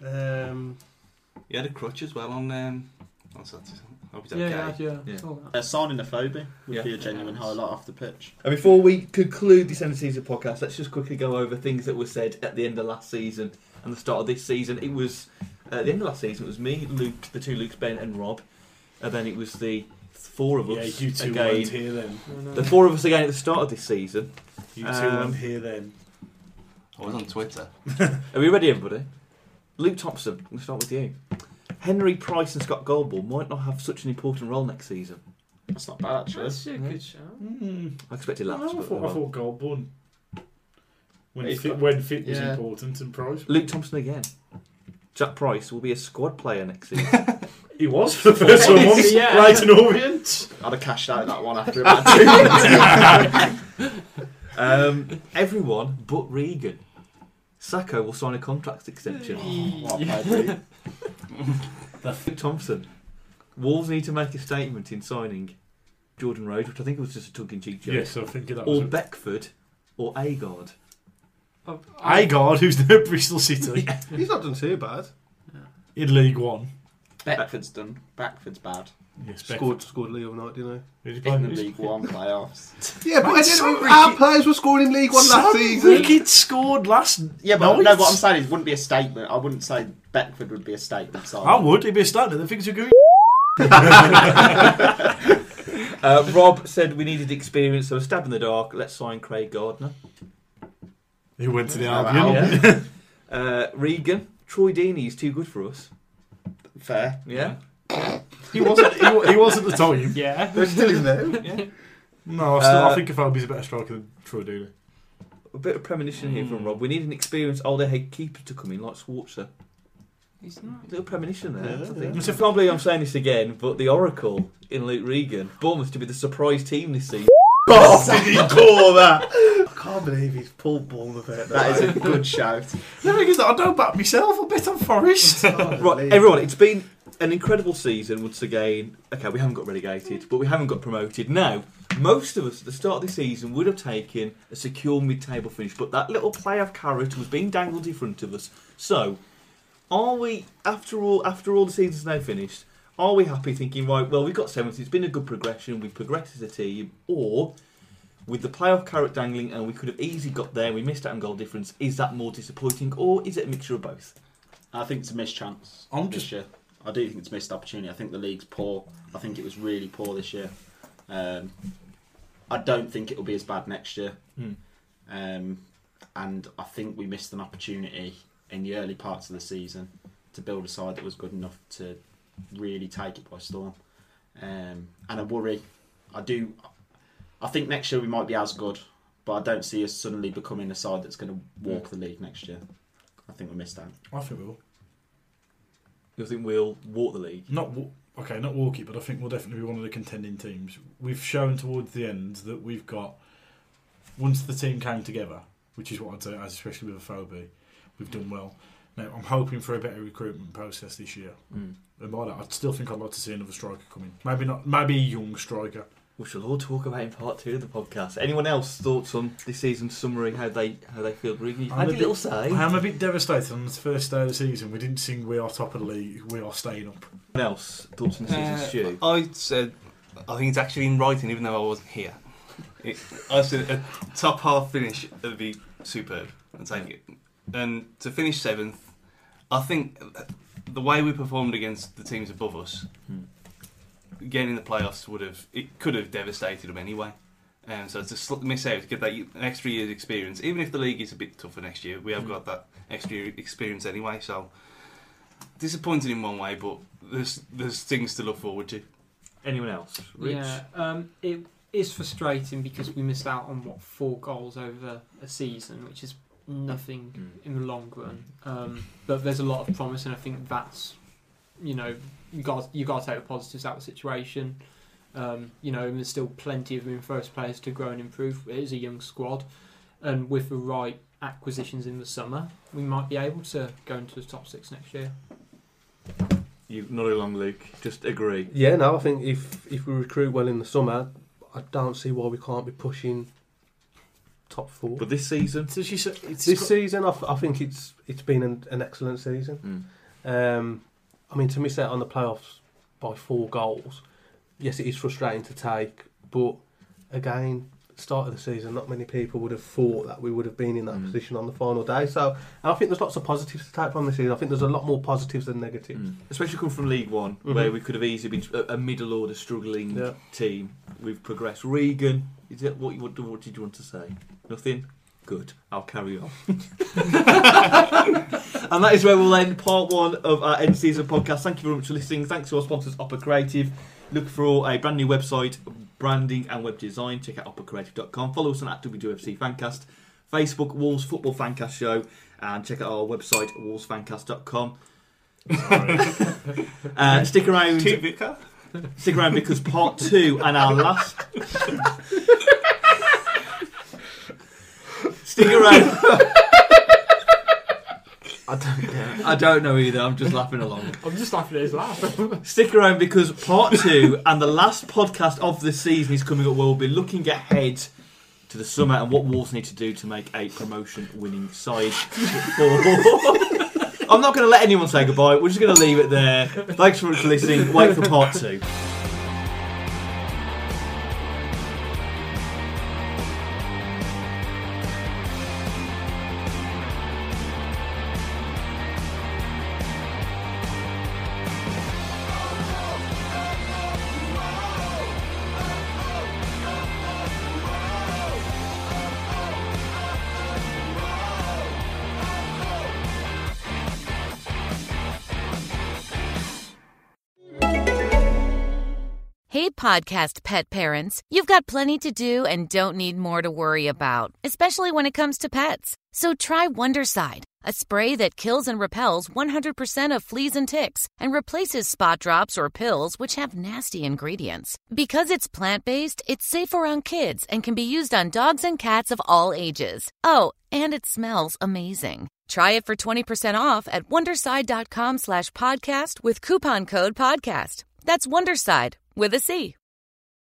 (laughs) Um,
He had a crutch as well on um, on Saturday. Hope he's
yeah,
okay.
yeah, yeah,
Yeah.
saw that.
Uh, signing a phobia would
Yeah.
be a genuine highlight off the pitch.
And before we conclude this end of season podcast, let's just quickly go over things that were said at the end of last season and the start of this season. It was uh, at the end of last season. It was me, Luke, the two Lukes, Ben, and Rob, and then it was the four of
yeah,
us
you 2
again.
weren't here then.
No, no.
The four of us again at the start of this season.
You two
Um,
weren't here then.
I was on Twitter.
Are we ready, everybody? Luke Thompson, we'll start with you. Henry Price and Scott Goldball might not have such an important role next season.
That's Mm-hmm. not bad actually.
That's a
Yeah.
good shout.
Mm,
I expected
I,
laps,
thought, I
but oh well.
thought gold bun. When
It's
fit,
got-
when fit was
Yeah.
important and price,
Luke Thompson again. Jack Price will be a squad player next
(laughs)
season.
he was
(laughs)
for the first one once.
Yeah.
Right in Orient.
I'd have cashed out that one after about two minutes.
um, everyone but Regan. Sacco will sign a contract extension.
What a play, dude.
(laughs) Luke Thompson. Wolves need to make a statement in signing Jordan Road, which I think was just a tongue in cheek joke.
Yes, I think that was.
Or Beckford or Agard.
I've-
I guard who's now Bristol City
he's not done too bad.
in League One.
Beckford's done. Beckford's bad.
Yes,
Scored, scored Leo night, didn't
Beckford.
he?
Who's he
In
playing
the
this?
League One playoffs.
Yeah, but
Mate,
I didn't-
Sam
our
Rickett-
players were scoring in League One last
Sam
season.
Ricketts scored last.
Yeah, but
night.
no, what I'm saying is, wouldn't be a statement. I wouldn't say Beckford would be a statement. So
I would. It'd be a standard. The things are going.
Uh, Rob said we needed experience, so a stab in the dark. Let's sign Craig Gardner.
Who went to the
Yeah,
Albion?
Yeah. uh, Regan, Troy Deeney is too good for us.
fair.
Yeah.
He wasn't. He, wa- he wasn't at the
(laughs)
time.
yeah.
(laughs)
They're still in there.
(laughs) No, I, still,
Uh,
I think Ifobi's a better striker than Troy Deeney.
A bit of premonition here from Rob. We need an experienced older head keeper to come in, like Schwarzer.
He's not.
A little premonition there.
Yeah,
I think.
yeah.
So can't believe I'm saying this again, but the Oracle in Luke Regan, Bournemouth to be the surprise team this season.
(laughs) Oh, did he call that? I can't believe he's pulled Bournemouth out.
That
(laughs)
is a good shout.
The thing is that I don't back myself. I bet on
(laughs)
Forest.
Right, everyone, it's been an incredible season once again. Okay, we haven't got relegated, but we haven't got promoted. Now, most of us at the start of the season would have taken a secure mid table finish, but that little playoff carrot was being dangled in front of us. So, are we, after all, after all the season's now finished, are we happy thinking, right, well, we've got 70, it's been a good progression, we've progressed as a team, or with the playoff carrot dangling and we could have easily got there, we missed out on goal difference, is that more disappointing, or is it a mixture of both?
I think it's a missed chance
I'm
this
just-
year. I do think it's a missed opportunity. I think the league's poor. I think it was really poor this year. Um, I don't think it will be as bad next year.
Hmm.
Um, and I think we missed an opportunity in the early parts of the season to build a side that was good enough to really take it by storm. Um, and I worry, I do. I think next year we might be as good, but I don't see us suddenly becoming a side that's going to walk the league next year. I think we missed out.
I think we will.
You think we'll walk the league?
Not wa- okay, not walk it, but I think we'll definitely be one of the contending teams. We've shown towards the end that we've got. Once the team came together, which is what I'd say, as especially with a phobia, we've done well. Now I'm hoping for a better recruitment process this year. And by that, I still think I'd like to see another striker come in. Maybe not. Maybe a young striker.
Which we'll all talk about in part two of the podcast. Anyone else thoughts on this season's summary? How they how they feel? Really,
I'm
I
a
did
bit-
little say.
I am a bit devastated on the first day of the season. We didn't sing "We Are Top of the League." We are staying up.
Anyone else thoughts on the season's
Uh,
stew?
I said, I think it's actually in writing, even though I wasn't here. It, I said a top half finish would be superb. I'll take it. And to finish seventh, I think the way we performed against the teams above us,
Hmm.
getting the playoffs would have it could have devastated them anyway. Um, so to sl- miss out, get that y- an extra year's experience, even if the league is a bit tougher next year, we have
Hmm.
got that extra year experience anyway. So disappointed in one way, but there's there's things to look forward to.
Anyone else? Rich?
Yeah, um, it is frustrating because we missed out on what four goals over a season, which is nothing
Mm.
in the long run. Um, but there's a lot of promise, and I think that's you know you got you got to take the positives out of the situation. Um, you know, and there's still plenty of room for us players to grow and improve. It is a young squad, and with the right acquisitions in the summer, we might be able to go into the top six next year.
You nodded along, Luke. Just agree.
Yeah, no, I think if if we recruit well in the summer, I don't see why we can't be pushing top four.
But this season,
It's just, it's
this
got-
season, I, f- I think it's it's been an, an excellent season. Um, I mean, to miss out on the playoffs by four goals, yes, it is frustrating to take. But again, start of the season, not many people would have thought that we would have been in that
Mm.
position on the final day. So, and I think there's lots of positives to take from this season. I think there's a lot more positives than negatives.
especially coming from League One,
Mhm.
where we could have easily been a, a middle order struggling
Yeah.
team. We've progressed. Regan, is that what you what, what did you want to say? Nothing. Good. I'll carry on. and that is where we'll end part one of our end season podcast. Thank you very much for listening. Thanks to our sponsors, Opera Creative. Look for a brand new website, branding and web design. Check out oppercreative.com. Follow us on at WWFC Fancast, Facebook, Wolves Football Fancast Show, and check out our website, wolvesfancast.com. (laughs) Uh, stick around.
Two Vicar.
Stick around because part two and our last. Stick around. I don't know. I don't know either. I'm just laughing along.
I'm just laughing at his laugh.
Stick around because part two and the last podcast of the season is coming up where we'll be looking ahead to the summer and what Wolves need to do to make a promotion winning side. (laughs) I'm not going to let anyone say goodbye. We're just going to leave it there. Thanks very much for listening. Wait for part two.
Hey, podcast pet parents, you've got plenty to do and don't need more to worry about, especially when it comes to pets. So try Wonderside, a spray that kills and repels 100% of fleas and ticks and replaces spot drops or pills which have nasty ingredients. Because it's plant based, it's safe around kids and can be used on dogs and cats of all ages. Oh, and it smells amazing. Try it for 20% off at wonderside.com slash podcast with coupon code podcast. That's Wonderside with a C.